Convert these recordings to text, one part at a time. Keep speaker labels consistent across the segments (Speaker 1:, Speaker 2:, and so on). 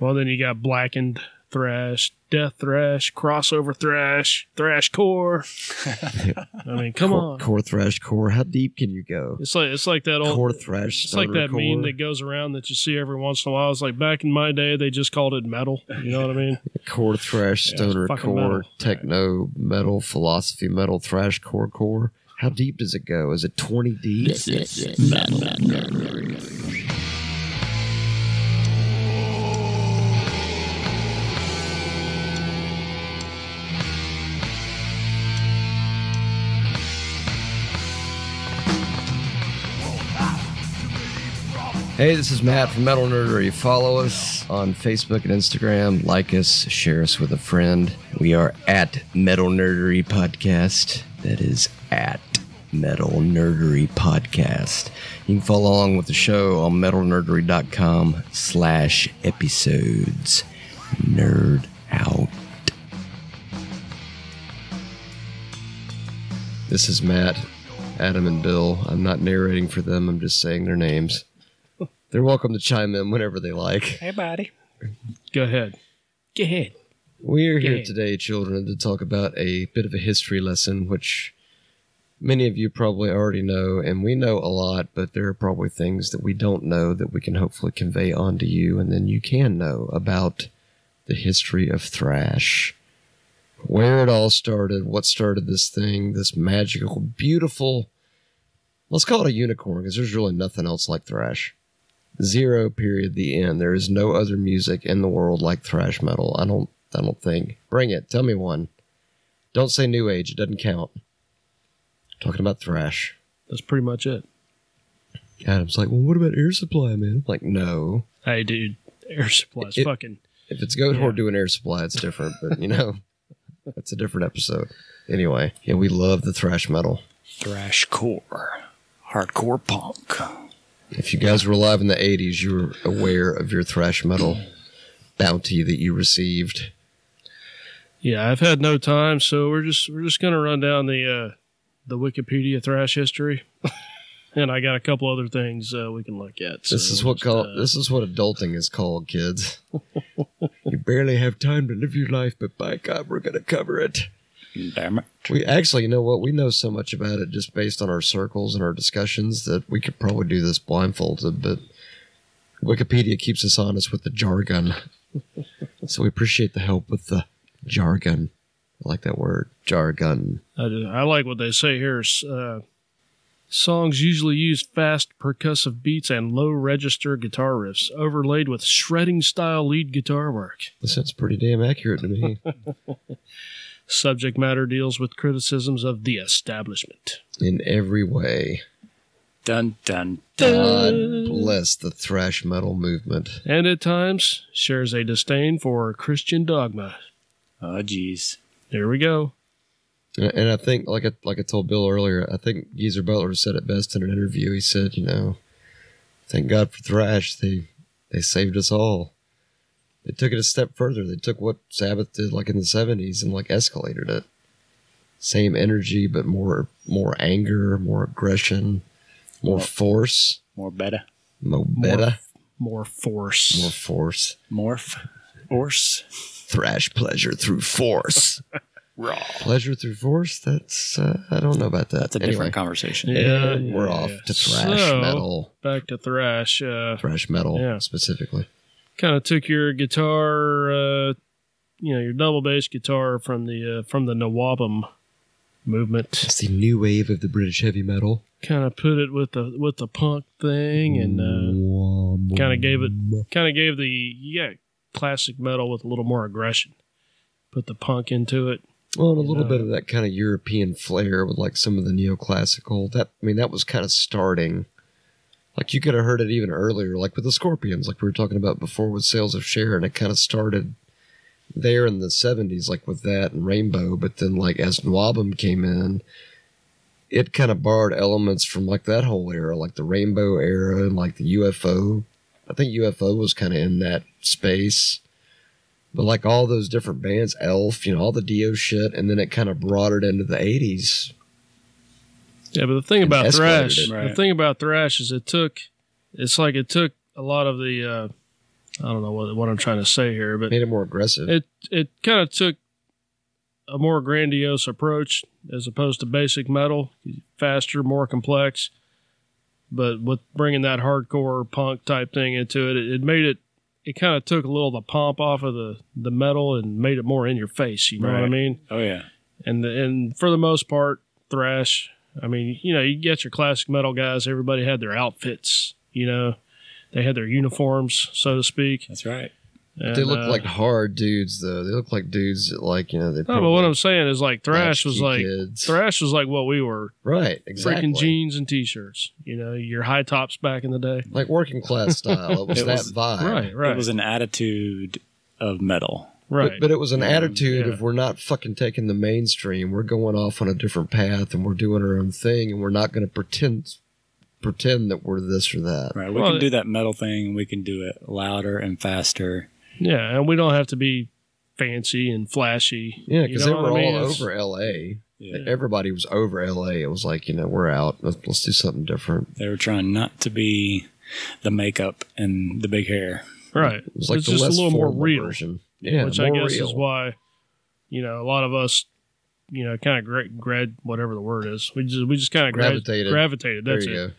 Speaker 1: Well, then you got Blackened Thrash, Death Thrash, Crossover Thrash, Thrash Core. I mean, come
Speaker 2: core,
Speaker 1: on.
Speaker 2: core thrash core. How deep can you go?
Speaker 1: It's like it's like that old
Speaker 2: Core thrash.
Speaker 1: It's like
Speaker 2: stoner
Speaker 1: that meme
Speaker 2: core.
Speaker 1: that goes around that you see every once in a while. It's like back in my day, they just called it metal. You know what I mean?
Speaker 2: core thrash
Speaker 1: Yeah, it's
Speaker 2: stoner
Speaker 1: fucking
Speaker 2: core
Speaker 1: metal.
Speaker 2: techno metal philosophy metal thrash core core how deep does it go is it 20 deep Hey, this is Matt from Metal Nerdery. Follow us on Facebook and Instagram. Like us, share us with a friend. We are at Metal Nerdery Podcast. That is at Metal Nerdery Podcast. You can follow along with the show on metalnerdery.com slash episodes. Nerd out. This is Matt, Adam, and Bill. I'm not narrating for them. I'm just saying their names. They're welcome to chime in whenever they like.
Speaker 1: Hey, buddy. Go ahead. Go ahead.
Speaker 2: We are here
Speaker 1: Yeah.
Speaker 2: today, children, to talk about a bit of a history lesson, which many of you probably already know, and we know a lot, but there are probably things that we don't know that we can hopefully convey onto you, and then you can know about the history of thrash. Where it all started, what started this thing, this magical, beautiful, let's call it a unicorn, because there's really nothing else like thrash. Zero period, the end. There is no other music in the world like thrash metal. I don't I don't think. Bring it. Tell me one. Don't say New Age. It doesn't count. Talking about thrash.
Speaker 1: That's pretty much it.
Speaker 2: Adam's like, well, what about Air Supply, man? I'm like, no.
Speaker 1: Hey, dude. Air supplies,
Speaker 2: It-
Speaker 1: fucking.
Speaker 2: If it's Goat Horde
Speaker 1: Yeah.
Speaker 2: doing Air Supply, it's different. But you know, that's a different episode. Anyway, yeah, we love the thrash metal.
Speaker 3: Thrash core, hardcore punk.
Speaker 2: If you guys were alive in the '80s, you were aware of your thrash metal bounty that you received.
Speaker 1: Yeah, I've had no time, so we're just we're just gonna run down the uh, the Wikipedia thrash history, and I got a couple other things uh, we can look at. So
Speaker 2: This is
Speaker 1: we'll
Speaker 2: what
Speaker 1: just,
Speaker 2: call,
Speaker 1: uh,
Speaker 2: this is what adulting is called, kids. you barely have time to live your life, but by God, we're gonna cover it.
Speaker 3: Damn it.
Speaker 2: We actually, you know what? We know so much about it just based on our circles and our discussions that we could probably do this blindfolded, but Wikipedia keeps us honest with the jargon. so we appreciate the help with the jargon. I like that word, jargon.
Speaker 1: I, do- I like what they say here. s- Uh, songs usually use fast percussive beats and low register guitar riffs, overlaid with shredding style lead guitar work.
Speaker 2: This sounds pretty damn accurate to me.
Speaker 1: Subject matter deals with criticisms of the establishment.
Speaker 2: In every way.
Speaker 3: Dun dun
Speaker 2: God bless the thrash metal movement.
Speaker 1: And at times shares a disdain for Christian dogma.
Speaker 3: Oh, jeez.
Speaker 1: There we go.
Speaker 2: And and I think, like I, like I told Bill earlier, I think Geezer Butler said it best in an interview. He said, you know, thank God for Thrash. They they saved us all. They took it a step further. They took what Sabbath did, like in the '70s, and like escalated it. Same energy, but more more anger, more aggression, more
Speaker 3: More-
Speaker 2: force,
Speaker 3: More better.
Speaker 2: more better,
Speaker 1: More force.
Speaker 2: more force.
Speaker 3: Morph. Orse.
Speaker 2: Thrash pleasure through force.
Speaker 3: Raw.
Speaker 2: pleasure through force. That's uh, I don't know about that.
Speaker 3: That's a
Speaker 2: Anyway.
Speaker 3: different conversation.
Speaker 1: Yeah,
Speaker 2: And
Speaker 1: yeah,
Speaker 2: we're
Speaker 1: yeah.
Speaker 2: off to thrash
Speaker 1: So-
Speaker 2: metal.
Speaker 1: Back to thrash. Uh,
Speaker 2: Thrash metal
Speaker 1: Yeah.
Speaker 2: specifically.
Speaker 1: kind of took your guitar, uh, you know, your double bass guitar from the uh, from the Nawabum movement.
Speaker 2: It's the new wave of the British heavy metal.
Speaker 1: kind of put it with the with the punk thing and uh, kind of gave it kind of gave the yeah classic metal with a little more aggression put the punk into it
Speaker 2: well, and a
Speaker 1: you
Speaker 2: little
Speaker 1: know.
Speaker 2: bit of that kind of European flair with like some of the neoclassical. That I mean, that was kind of starting. Like you could have heard it even earlier, like with the Scorpions, like we were talking about before with Sales of Sharon. It kind of started there in the '70s, like with that and Rainbow. But then, like as Nwabum came in, it kind of borrowed elements from like that whole era, like the Rainbow era and like the UFO. I think UFO was kind of in that space but like all those different bands, Elf, you know, all the Dio shit, and then it kind of brought it into the '80s.
Speaker 1: yeah but the thing
Speaker 2: And
Speaker 1: about
Speaker 2: escalated
Speaker 1: thrash
Speaker 2: it.
Speaker 1: the
Speaker 3: Right.
Speaker 1: thing about thrash is it took it's like it took a lot of the uh I don't know what, what I'm trying to say here, but
Speaker 2: Made it more aggressive.
Speaker 1: it it kind of took a more grandiose approach as opposed to basic metal, faster, more complex. But with bringing that hardcore punk type thing into it, it, it made it. It kind of took a little of the pomp off of the the metal and made it more in your face. You know what I
Speaker 3: Right.
Speaker 1: mean?
Speaker 3: Oh yeah.
Speaker 1: And the, and for the most part, thrash. I mean, you know, you get your classic metal guys. Everybody had their outfits. You know, they had their uniforms, so to speak.
Speaker 3: That's right.
Speaker 2: they
Speaker 1: And,
Speaker 2: look
Speaker 1: uh,
Speaker 2: like hard dudes, though. They look like dudes that, like, you know, they
Speaker 1: No, Oh, but what I'm saying is like thrash was
Speaker 2: latchkey
Speaker 1: like
Speaker 2: kids.
Speaker 1: thrash was like what we were
Speaker 2: right, exactly.
Speaker 1: freaking jeans and t-shirts. You know, your high tops back in the day.
Speaker 2: Like working class style. It was
Speaker 3: It
Speaker 2: that
Speaker 3: was-
Speaker 2: vibe.
Speaker 1: Right,
Speaker 3: It
Speaker 1: right,
Speaker 3: was an attitude of metal.
Speaker 1: right.
Speaker 2: But, but it was an
Speaker 3: Yeah,
Speaker 2: attitude
Speaker 1: yeah.
Speaker 2: of we're not fucking taking the mainstream. We're going off on a different path and we're doing our own thing and we're not going to pretend pretend that we're this or that.
Speaker 3: Right. We
Speaker 1: Well,
Speaker 3: can do that metal thing. We can do it louder and faster.
Speaker 1: yeah, and we don't have to be fancy and flashy.
Speaker 2: Yeah,
Speaker 1: You
Speaker 2: because
Speaker 1: know
Speaker 2: they
Speaker 1: what
Speaker 2: were
Speaker 1: I mean?
Speaker 2: all
Speaker 1: It's-
Speaker 2: over L.A.
Speaker 3: Yeah.
Speaker 2: Everybody was over L.A. It was like you know we're out. Let's, let's do something different.
Speaker 3: They were trying not to be the makeup and the big hair.
Speaker 1: Right.
Speaker 2: It was like
Speaker 1: it's
Speaker 2: the
Speaker 1: just a
Speaker 2: less
Speaker 1: little more
Speaker 2: formal
Speaker 1: real,
Speaker 2: version. Yeah,
Speaker 1: which I
Speaker 2: more
Speaker 1: guess
Speaker 2: real.
Speaker 1: is why you know a lot of us, you know, kind of gra- grad whatever the word is. We just we just kind of
Speaker 2: Gravitated.
Speaker 1: Gravitated.
Speaker 2: There
Speaker 1: That's
Speaker 2: you
Speaker 1: it.
Speaker 2: go.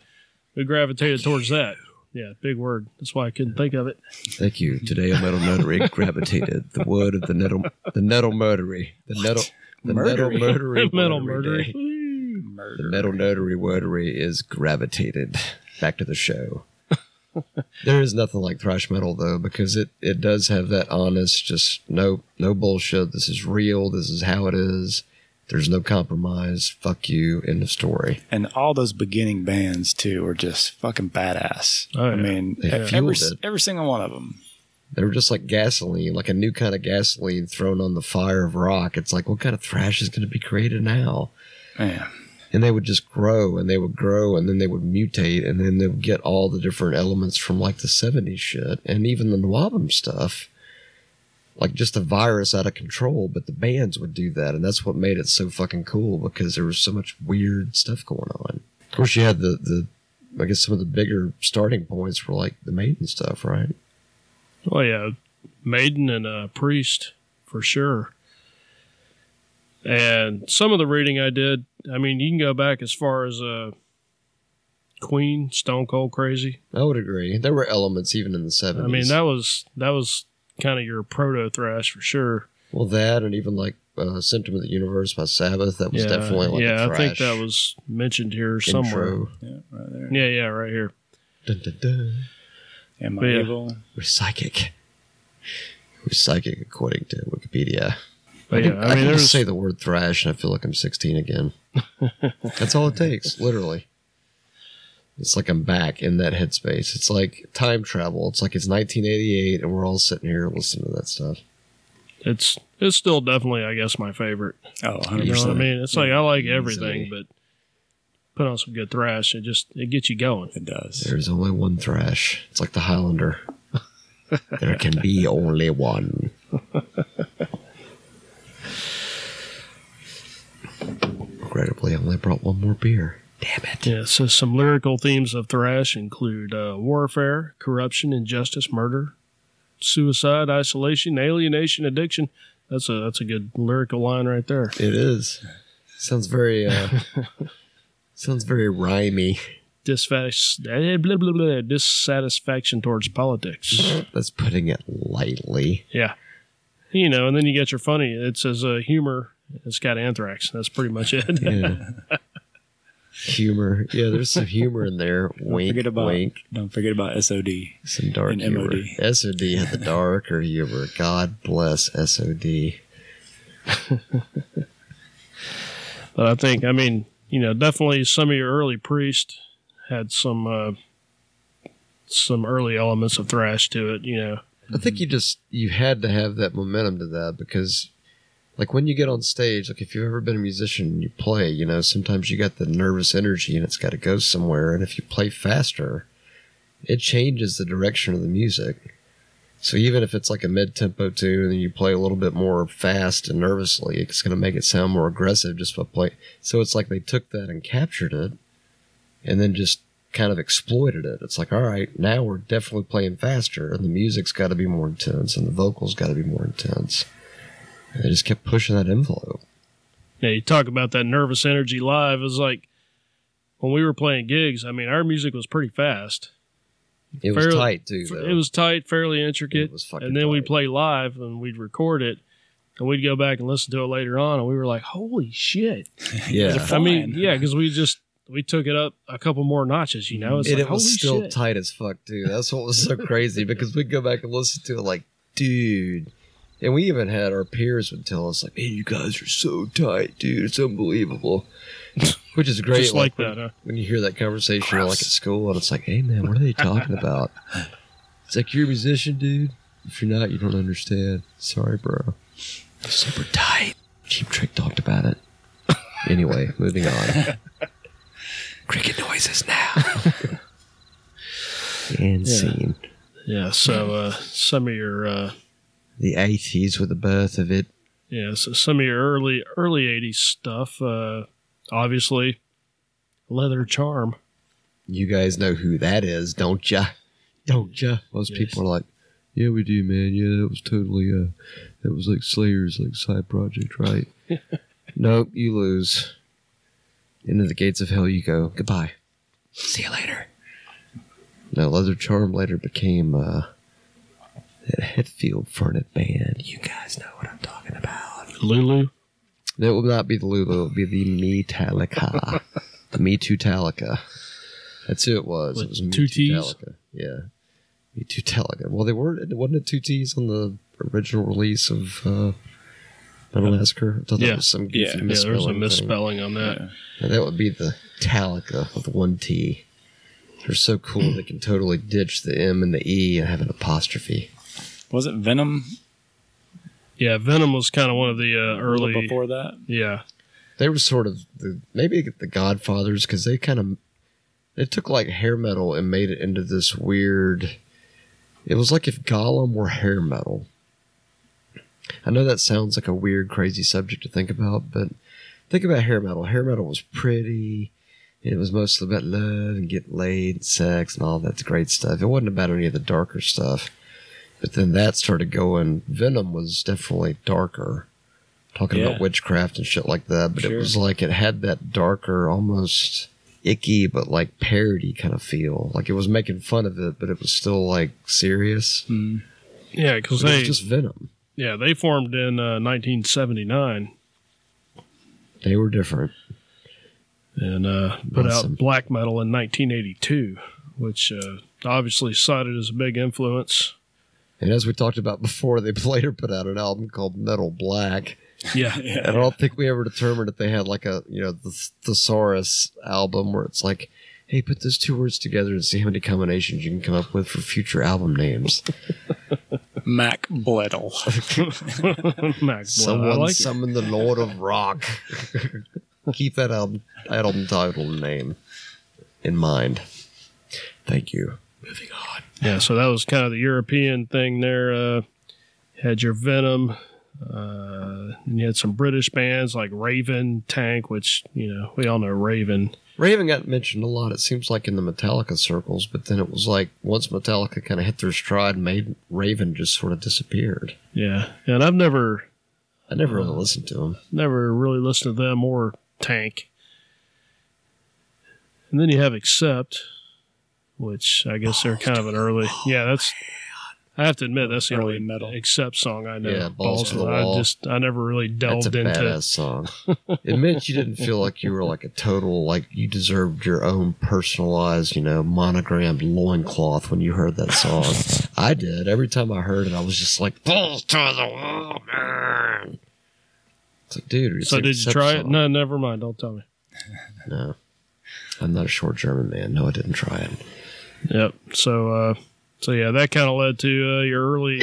Speaker 1: We gravitated towards that. Yeah, big word. That's why I couldn't think of it.
Speaker 2: Thank you. Today on Metal Notary gravitated the word of the nettle the nettle murdery the nettle the
Speaker 3: Murdery.
Speaker 2: nettle murdery
Speaker 1: Metal murder.
Speaker 2: murdery day. The
Speaker 3: Murder.
Speaker 2: metal notary wordery is gravitated. Back to the show. there is nothing like thrash metal though, because it, it does have that honest, just no no bullshit. This is real. This is how it is. There's no compromise. Fuck you. End of story.
Speaker 3: And all those beginning bands too were just fucking badass.
Speaker 1: Oh, yeah.
Speaker 3: I mean,
Speaker 2: They
Speaker 3: every,
Speaker 2: fueled it.
Speaker 3: every single one of them.
Speaker 2: They were just like gasoline, like a new kind of gasoline thrown on the fire of rock. It's like, what kind of thrash is going to be created now?
Speaker 3: Man,
Speaker 2: and they would just grow and they would grow and then they would mutate and then they would get all the different elements from like the 70s shit and even the Nwabam stuff like just a virus out of control but the bands would do that and that's what made it so fucking cool because there was so much weird stuff going on of course you had the the I guess some of the bigger starting points were like the Maiden stuff, right?
Speaker 1: Oh yeah, Maiden and uh, Priest for sure. And some of the reading I did, I mean, you can go back as far as uh, Queen, Stone Cold Crazy.
Speaker 2: I would agree. There were elements even in the 70s.
Speaker 1: I mean, that was that was kind of your proto thrash for sure.
Speaker 2: well, that and even like uh, Symptom of the Universe by Sabbath, that was
Speaker 1: yeah,
Speaker 2: definitely like
Speaker 1: yeah,
Speaker 2: a
Speaker 1: I think
Speaker 2: thrash
Speaker 1: that was mentioned here
Speaker 2: intro.
Speaker 1: somewhere.
Speaker 3: yeah, right there.
Speaker 1: Yeah, yeah, right here.
Speaker 2: Dun, dun, dun.
Speaker 3: Am I
Speaker 1: Yeah.
Speaker 3: evil?
Speaker 2: We're psychic. We're psychic, according to Wikipedia.
Speaker 1: But yeah,
Speaker 2: I,
Speaker 1: I mean,
Speaker 2: can
Speaker 1: there's
Speaker 2: just say the word thrash, and I feel like I'm 16 again. That's all it takes, literally. It's like I'm back in that headspace. It's like time travel. It's like it's 1988, and we're all sitting here listening to that stuff.
Speaker 1: it's it's still definitely, I guess, my favorite.
Speaker 3: Oh, 100%.
Speaker 1: You know what I mean? It's like I like
Speaker 2: Easily.
Speaker 1: everything, but put on some good thrash, it just it gets you going.
Speaker 3: It does.
Speaker 2: There's only one thrash. It's like the Highlander. there can be only one. Regrettably, I only brought one more beer. Damn it.
Speaker 1: Yeah, so some lyrical themes of thrash include uh, warfare, corruption, injustice, murder, suicide, isolation, alienation, addiction. That's a that's a good lyrical line right there.
Speaker 2: It is. Sounds very uh sounds very rhymey.
Speaker 1: Disfatis- eh, blah, blah, blah, dissatisfaction towards politics.
Speaker 2: That's putting it lightly.
Speaker 1: yeah, you know, and then you get your funny. It says uh, humor. It's got anthrax. That's pretty much it.
Speaker 2: Yeah. humor. Yeah, there's some humor in there.
Speaker 3: Don't
Speaker 2: Wink
Speaker 3: forget about
Speaker 2: wink.
Speaker 3: don't forget about SOD.
Speaker 2: Some dark
Speaker 3: and
Speaker 2: humor.
Speaker 3: MOD.
Speaker 2: SOD had the darker humor. God bless SOD.
Speaker 1: But I think, I mean, you know, definitely some of your early priest had some uh, some early elements of thrash to it. You know,
Speaker 2: I think you just you had to have that momentum to that because like when you get on stage, like if you've ever been a musician and you play, you know, sometimes you got the nervous energy and it's got to go somewhere and if you play faster, it changes the direction of the music. So even if it's like a mid-tempo tune and then you play a little bit more fast and nervously, it's going to make it sound more aggressive just by play. So it's like they took that and captured it and then just kind of exploited it. It's like, all right, now we're definitely playing faster, and the music's got to be more intense, and the vocals got to be more intense. And they just kept pushing that envelope.
Speaker 1: Yeah, you talk about that nervous energy live. It's like when we were playing gigs. I mean, our music was pretty fast.
Speaker 2: It was
Speaker 1: Fairly-
Speaker 2: tight too, though.
Speaker 1: It was tight, fairly intricate.
Speaker 2: It was fucking
Speaker 1: and then we'd
Speaker 2: tight.
Speaker 1: play live and we'd record it and we'd go back and listen to it later on and we were like, holy shit.
Speaker 2: yeah,
Speaker 3: It's
Speaker 1: I mean,
Speaker 3: Fine.
Speaker 1: yeah, because we just we took it up a couple more notches, you know? It's
Speaker 2: and
Speaker 1: like,
Speaker 2: it was
Speaker 1: holy
Speaker 2: still
Speaker 1: shit.
Speaker 2: tight as fuck too. That's what was so crazy because we'd go back and listen to it like, dude. And we even had our peers would tell us like, "Man, you guys are so tight, dude. It's unbelievable." Which is great.
Speaker 1: Just like
Speaker 2: when-
Speaker 1: that, huh?
Speaker 2: when you hear that conversation
Speaker 3: Gross.
Speaker 2: like at school and it's like hey man what are they talking about it's like you're a musician dude if you're not you don't understand sorry bro super tight cheap trick talked about it anyway moving on cricket noises now and
Speaker 1: Yeah.
Speaker 2: scene
Speaker 1: Yeah, so uh, some of your uh,
Speaker 2: the 80s with the birth of it
Speaker 1: yeah, so some of your early early '80s stuff, uh, obviously, Leather Charm.
Speaker 2: you guys know who that is don't ya don't ya most
Speaker 1: Yes.
Speaker 2: people are like yeah we do man yeah that was totally uh that was like slayer's like side project right nope you lose into the gates of hell you go goodbye see you later no leather charm later became uh that Hetfield Furnace band. You guys know what I'm talking about.
Speaker 1: Lulu.
Speaker 2: That will not be the Lulu. It will be the Metallica. the Me Too Talica. That's who it was.
Speaker 1: With
Speaker 2: it was Me
Speaker 1: two
Speaker 2: Too
Speaker 1: Ts?
Speaker 2: Talica. Yeah. Me Too Talica. Well, they were, wasn't it two T's on the original release of uh, Metal Massacre? I thought
Speaker 1: Uh, yeah.
Speaker 2: that was some goofy
Speaker 3: Yeah,
Speaker 1: Yeah, there
Speaker 2: misspelling.
Speaker 1: was a
Speaker 2: thing.
Speaker 1: misspelling on that.
Speaker 3: Yeah.
Speaker 2: And that would be the Talica with one T. They're so cool they can totally ditch the M and the E and have an apostrophe.
Speaker 3: Was it Venom
Speaker 1: Yeah, Venom was kind of one of the uh,
Speaker 3: a little
Speaker 1: early.
Speaker 3: before that?
Speaker 1: Yeah,
Speaker 2: they were sort of the, maybe the Godfathers because they kind of they took like hair metal and made it into this weird. It was like if Gollum were hair metal. I know that sounds like a weird, crazy subject to think about, but think about hair metal. Hair metal was pretty. and It was mostly about love and getting laid, and sex, and all that great stuff. It wasn't about any of the darker stuff. But then that started going. Venom was definitely darker, talking
Speaker 3: Yeah.
Speaker 2: about witchcraft and shit like that. But it
Speaker 3: Sure.
Speaker 2: was like it had that darker, almost icky, but like parody kind of feel. Like it was making fun of it, but it was still like serious.
Speaker 3: Hmm.
Speaker 1: yeah, because
Speaker 2: It was
Speaker 1: they
Speaker 2: just Venom.
Speaker 1: yeah they formed in uh, 1979
Speaker 2: They were different.
Speaker 1: and uh, put
Speaker 2: Awesome.
Speaker 1: out black metal in 1982, which uh, obviously cited as a big influence.
Speaker 2: And as we talked about before, they later put out an album called Metal Black.
Speaker 1: Yeah,
Speaker 2: I
Speaker 3: Yeah.
Speaker 2: don't think we ever determined if they had like a you know the thesaurus album where it's like, hey, put those two words together and see how many combinations you can come up with for future album names.
Speaker 3: Mac Bleddle.
Speaker 1: Mac Blood. I
Speaker 2: Someone
Speaker 1: like it.
Speaker 2: summon the Lord of Rock. Keep that album album title name in mind. Thank you. Moving on.
Speaker 1: Yeah, so that was kind of the European thing there. Uh, had your Venom, uh, and you had some British bands like Raven, Tank, which you know we all know Raven.
Speaker 2: Raven got mentioned a lot. It seems like in the Metallica circles, but then it was like once Metallica kind of hit their stride, made Raven just sort of disappeared.
Speaker 1: Yeah, and I've never
Speaker 2: I never really listened to him.
Speaker 1: never really listened to them or Tank. And then you have Accept, which I guess they're kind of an early. Yeah, that's. I have to admit that's the
Speaker 3: Early
Speaker 1: only
Speaker 3: metal.
Speaker 1: Accept song I know.
Speaker 2: Yeah, Balls to the
Speaker 1: I
Speaker 2: Wall.
Speaker 1: just I never really
Speaker 2: That's a
Speaker 1: delved into.
Speaker 2: badass song. It meant you didn't feel like you were like a total, like you deserved your own personalized, you know, monogrammed loincloth when you heard that song. I did. Every time I heard it, I was just like, balls to the wall, man. It's like, dude, it's
Speaker 1: So
Speaker 2: an
Speaker 1: did you
Speaker 2: accept
Speaker 1: try it?
Speaker 2: song.
Speaker 1: No, never mind. Don't tell me.
Speaker 2: No. I'm not a short German man. No, I didn't try it.
Speaker 1: Yep. So, uh, so yeah, that kind of led to uh, your early,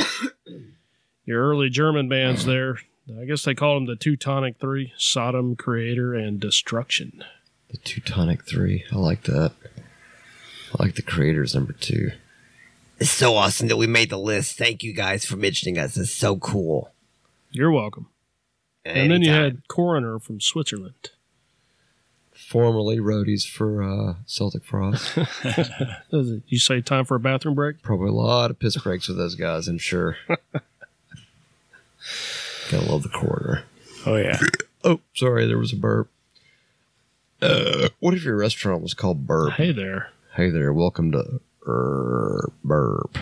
Speaker 1: your early German bands there. I guess they called them the Teutonic Three: Sodom, Creator, and Destruction.
Speaker 2: The Teutonic Three. I like that. I like the creators number two.
Speaker 4: It's so awesome that we made the list. Thank you guys for mentioning us. It's so cool.
Speaker 1: You're welcome. And then you had Coroner from Switzerland.
Speaker 2: formerly roadies for uh, Celtic Frost.
Speaker 1: Does it- You say time for a bathroom break?
Speaker 2: Probably a lot of piss breaks with those guys, I'm sure. Gotta love the corridor.
Speaker 3: Oh yeah.
Speaker 2: Oh, sorry, there was a burp. Uh, what if your restaurant was called Burp?
Speaker 1: Hey there.
Speaker 2: Hey there, welcome to Burp. burp.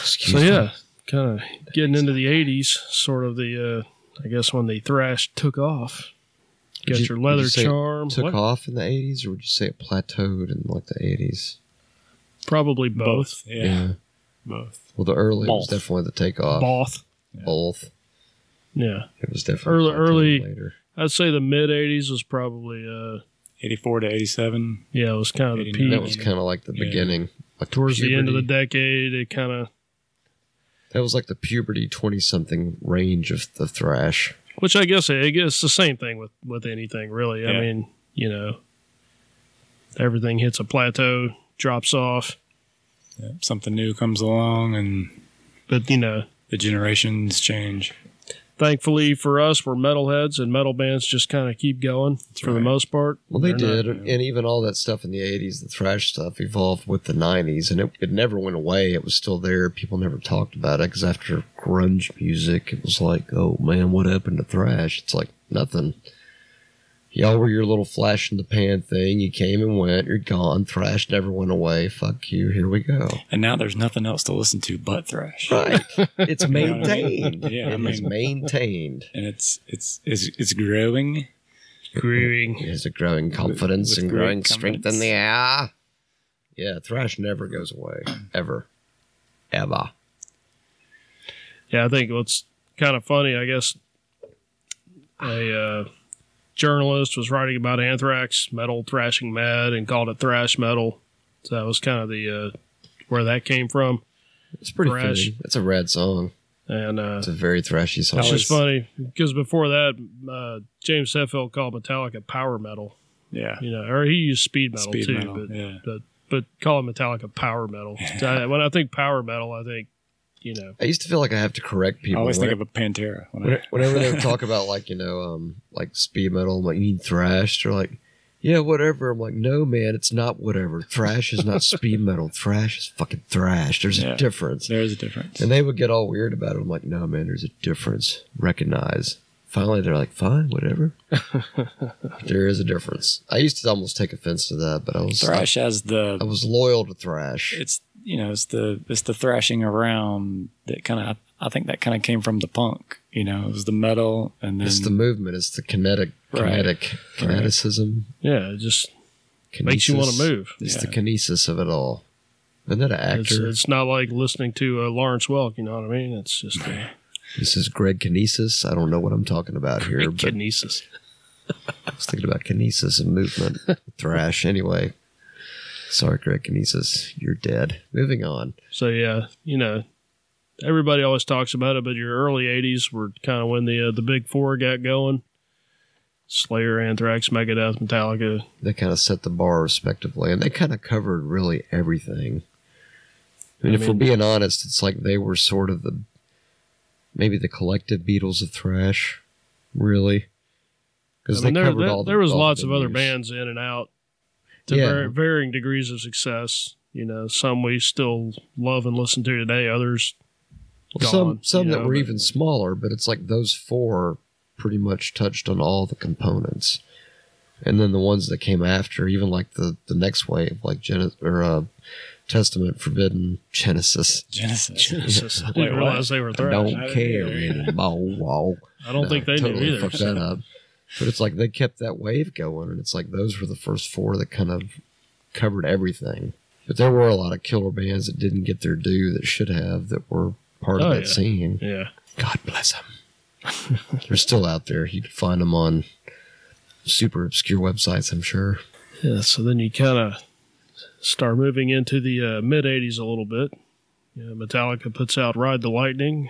Speaker 2: Excuse
Speaker 1: So
Speaker 2: me.
Speaker 1: yeah, kind of getting into the '80s, sort of the, uh, I guess when the thrash took off.
Speaker 2: Would
Speaker 1: Got
Speaker 2: you-
Speaker 1: your
Speaker 2: would
Speaker 1: leather
Speaker 2: you say it
Speaker 1: charm.
Speaker 2: took
Speaker 1: What?
Speaker 2: off in the 80s, or would you say it plateaued in like the 80s?
Speaker 1: Probably both.
Speaker 3: Yeah. Both.
Speaker 2: Well, the early was
Speaker 3: Both.
Speaker 2: definitely the takeoff.
Speaker 1: Both.
Speaker 2: Both.
Speaker 1: Yeah,
Speaker 2: It was definitely
Speaker 1: Early- early-
Speaker 2: plateaued later.
Speaker 1: I'd say the mid '80s was probably, uh,
Speaker 3: Eighty four to eighty seven.
Speaker 1: yeah, it was kind of the
Speaker 3: 89.
Speaker 1: peak.
Speaker 2: That was kind of like the
Speaker 3: Yeah.
Speaker 2: beginning. Like
Speaker 1: Towards the end of the
Speaker 2: puberty.
Speaker 1: decade, it kind of,
Speaker 2: That was like the puberty 20 something range of the thrash.
Speaker 1: which I guess I guess it's the same thing with with anything really. I
Speaker 3: Yeah.
Speaker 1: mean, you know, everything hits a plateau, drops off,
Speaker 3: Yeah. Something new comes along and
Speaker 1: but you know,
Speaker 3: the generations change.
Speaker 1: thankfully for us, we're metalheads, and metal bands just kind of keep going for the
Speaker 3: right.
Speaker 1: most part.
Speaker 2: Well, they
Speaker 1: They're
Speaker 2: did.
Speaker 1: not-
Speaker 2: and even all that stuff in the 80s, the thrash stuff evolved with the 90s, and it, it never went away. It was still there. People never talked about it because after grunge music, it was like, oh man, what happened to thrash? It's like nothing. Y'all were your little flash in the pan thing. You came and went. You're gone. Thrash never went away. Fuck you. Here we go.
Speaker 3: And now there's nothing else to listen to but thrash.
Speaker 2: Right. It's
Speaker 3: You know what I mean?
Speaker 2: maintained.
Speaker 3: Yeah, I
Speaker 2: it is
Speaker 3: mean-
Speaker 2: maintained.
Speaker 3: And it's it's it's it's growing.
Speaker 1: Grooving.
Speaker 2: It has a growing confidence
Speaker 3: with
Speaker 2: and
Speaker 3: great
Speaker 2: growing strength in
Speaker 3: confidence.
Speaker 2: the air. Yeah, thrash never goes away. Ever. Ever.
Speaker 1: Yeah, I think what's kind of funny, I guess, a uh, journalist was writing about anthrax, metal thrashing mad, and called it thrash metal. So that was kind of the uh, where that came from.
Speaker 2: It's pretty
Speaker 1: Thrash.
Speaker 2: fitting. It's a rad song.
Speaker 1: And uh,
Speaker 2: It's a very thrashy song.
Speaker 1: it's
Speaker 3: was-
Speaker 1: just funny because before that, uh, James Hetfield called Metallica power metal.
Speaker 3: Yeah.
Speaker 1: You know, or he used speed metal
Speaker 3: Speed
Speaker 1: too,
Speaker 3: metal.
Speaker 1: but
Speaker 3: yeah.
Speaker 1: but call it Metallica power metal. I- when I think power metal, I think you know
Speaker 2: I used to feel like I have to correct
Speaker 3: I
Speaker 2: people.
Speaker 3: always think
Speaker 2: When-
Speaker 3: of a Pantera. When
Speaker 2: when-
Speaker 3: I,
Speaker 2: Whenever they would talk about like, you know, um, like speed metal, I'm like, you need thrash. They're like, yeah, whatever. I'm like, no, man, it's not whatever. Thrash is not speed metal. Thrash is fucking thrash. There's a
Speaker 3: Yeah.
Speaker 2: difference.
Speaker 3: there's a difference.
Speaker 2: And they would get all weird about it. I'm like, no, man, there's a difference. Recognize. Finally, they're like, fine, whatever. there is a difference. I used to almost take offense to that, but I was
Speaker 3: Thrash has
Speaker 2: I,
Speaker 3: the
Speaker 2: was loyal to thrash.
Speaker 3: it's you know it's the it's the thrashing around that kind of I think that kind of came from the punk. You know, it was the metal and then
Speaker 2: It's the movement. It's the kinetic,
Speaker 3: Right.
Speaker 2: kinetic,
Speaker 3: Right.
Speaker 2: kineticism.
Speaker 1: yeah, it just
Speaker 2: Kinesis.
Speaker 1: makes you want to move.
Speaker 2: It's the
Speaker 3: Yeah.
Speaker 2: kinesis of it all. Isn't that an
Speaker 1: It's,
Speaker 2: actor?
Speaker 1: it's not like listening to uh, Lawrence Welk, you know what I mean? It's just uh,
Speaker 2: this is Greg Kinesis. I don't know what I'm talking about here, but
Speaker 1: kinesis.
Speaker 2: I was thinking about kinesis and movement, thrash. Anyway, sorry, Greg Kinesis, you're dead. Moving on.
Speaker 1: So yeah, you know, everybody always talks about it, but your early '80s were kind of when the uh, the big four got going: Slayer, Anthrax, Megadeth, Metallica.
Speaker 2: they kind of set the bar respectively, and they kind of covered really everything. I mean,
Speaker 1: I
Speaker 2: if we're
Speaker 1: mean-
Speaker 2: being honest, it's like they were sort of the maybe the collective Beatles of thrash, really,
Speaker 1: I
Speaker 2: because
Speaker 1: mean,
Speaker 2: they
Speaker 1: there,
Speaker 2: covered
Speaker 1: there-
Speaker 2: all. The,
Speaker 1: there was
Speaker 2: all the
Speaker 1: lots of other
Speaker 2: venues.
Speaker 1: bands in and out to
Speaker 2: Yeah.
Speaker 1: var- varying degrees of success. You know, some we still love and listen to today. Others
Speaker 2: Well, some
Speaker 1: gone,
Speaker 2: some
Speaker 1: you
Speaker 2: that
Speaker 1: know,
Speaker 2: were
Speaker 1: but-
Speaker 2: even smaller, but it's like those four pretty much touched on all the components, and then the ones that came after, even like the the next wave, like Gen- or uh, Testament, Forbidden, Genesis.
Speaker 3: Genesis.
Speaker 1: Genesis. I
Speaker 3: Wait,
Speaker 1: didn't
Speaker 3: what?
Speaker 1: realize they were
Speaker 2: I
Speaker 1: thrash.
Speaker 2: don't
Speaker 1: I,
Speaker 2: care anymore.
Speaker 1: don't
Speaker 2: No,
Speaker 1: think they
Speaker 2: totally
Speaker 1: knew either.
Speaker 2: Fucked that up. But it's like they kept that wave going, and it's like those were the first four that kind of covered everything. But there were a lot of killer bands that didn't get their due that should have that were part
Speaker 1: Oh,
Speaker 2: of that
Speaker 1: yeah.
Speaker 2: scene.
Speaker 1: Yeah.
Speaker 2: God bless them. They're still out there. You can find them on super obscure websites, I'm sure.
Speaker 1: Yeah, so then you kind of start moving into the uh, mid 80s a little bit. Yeah, Metallica puts out Ride the Lightning.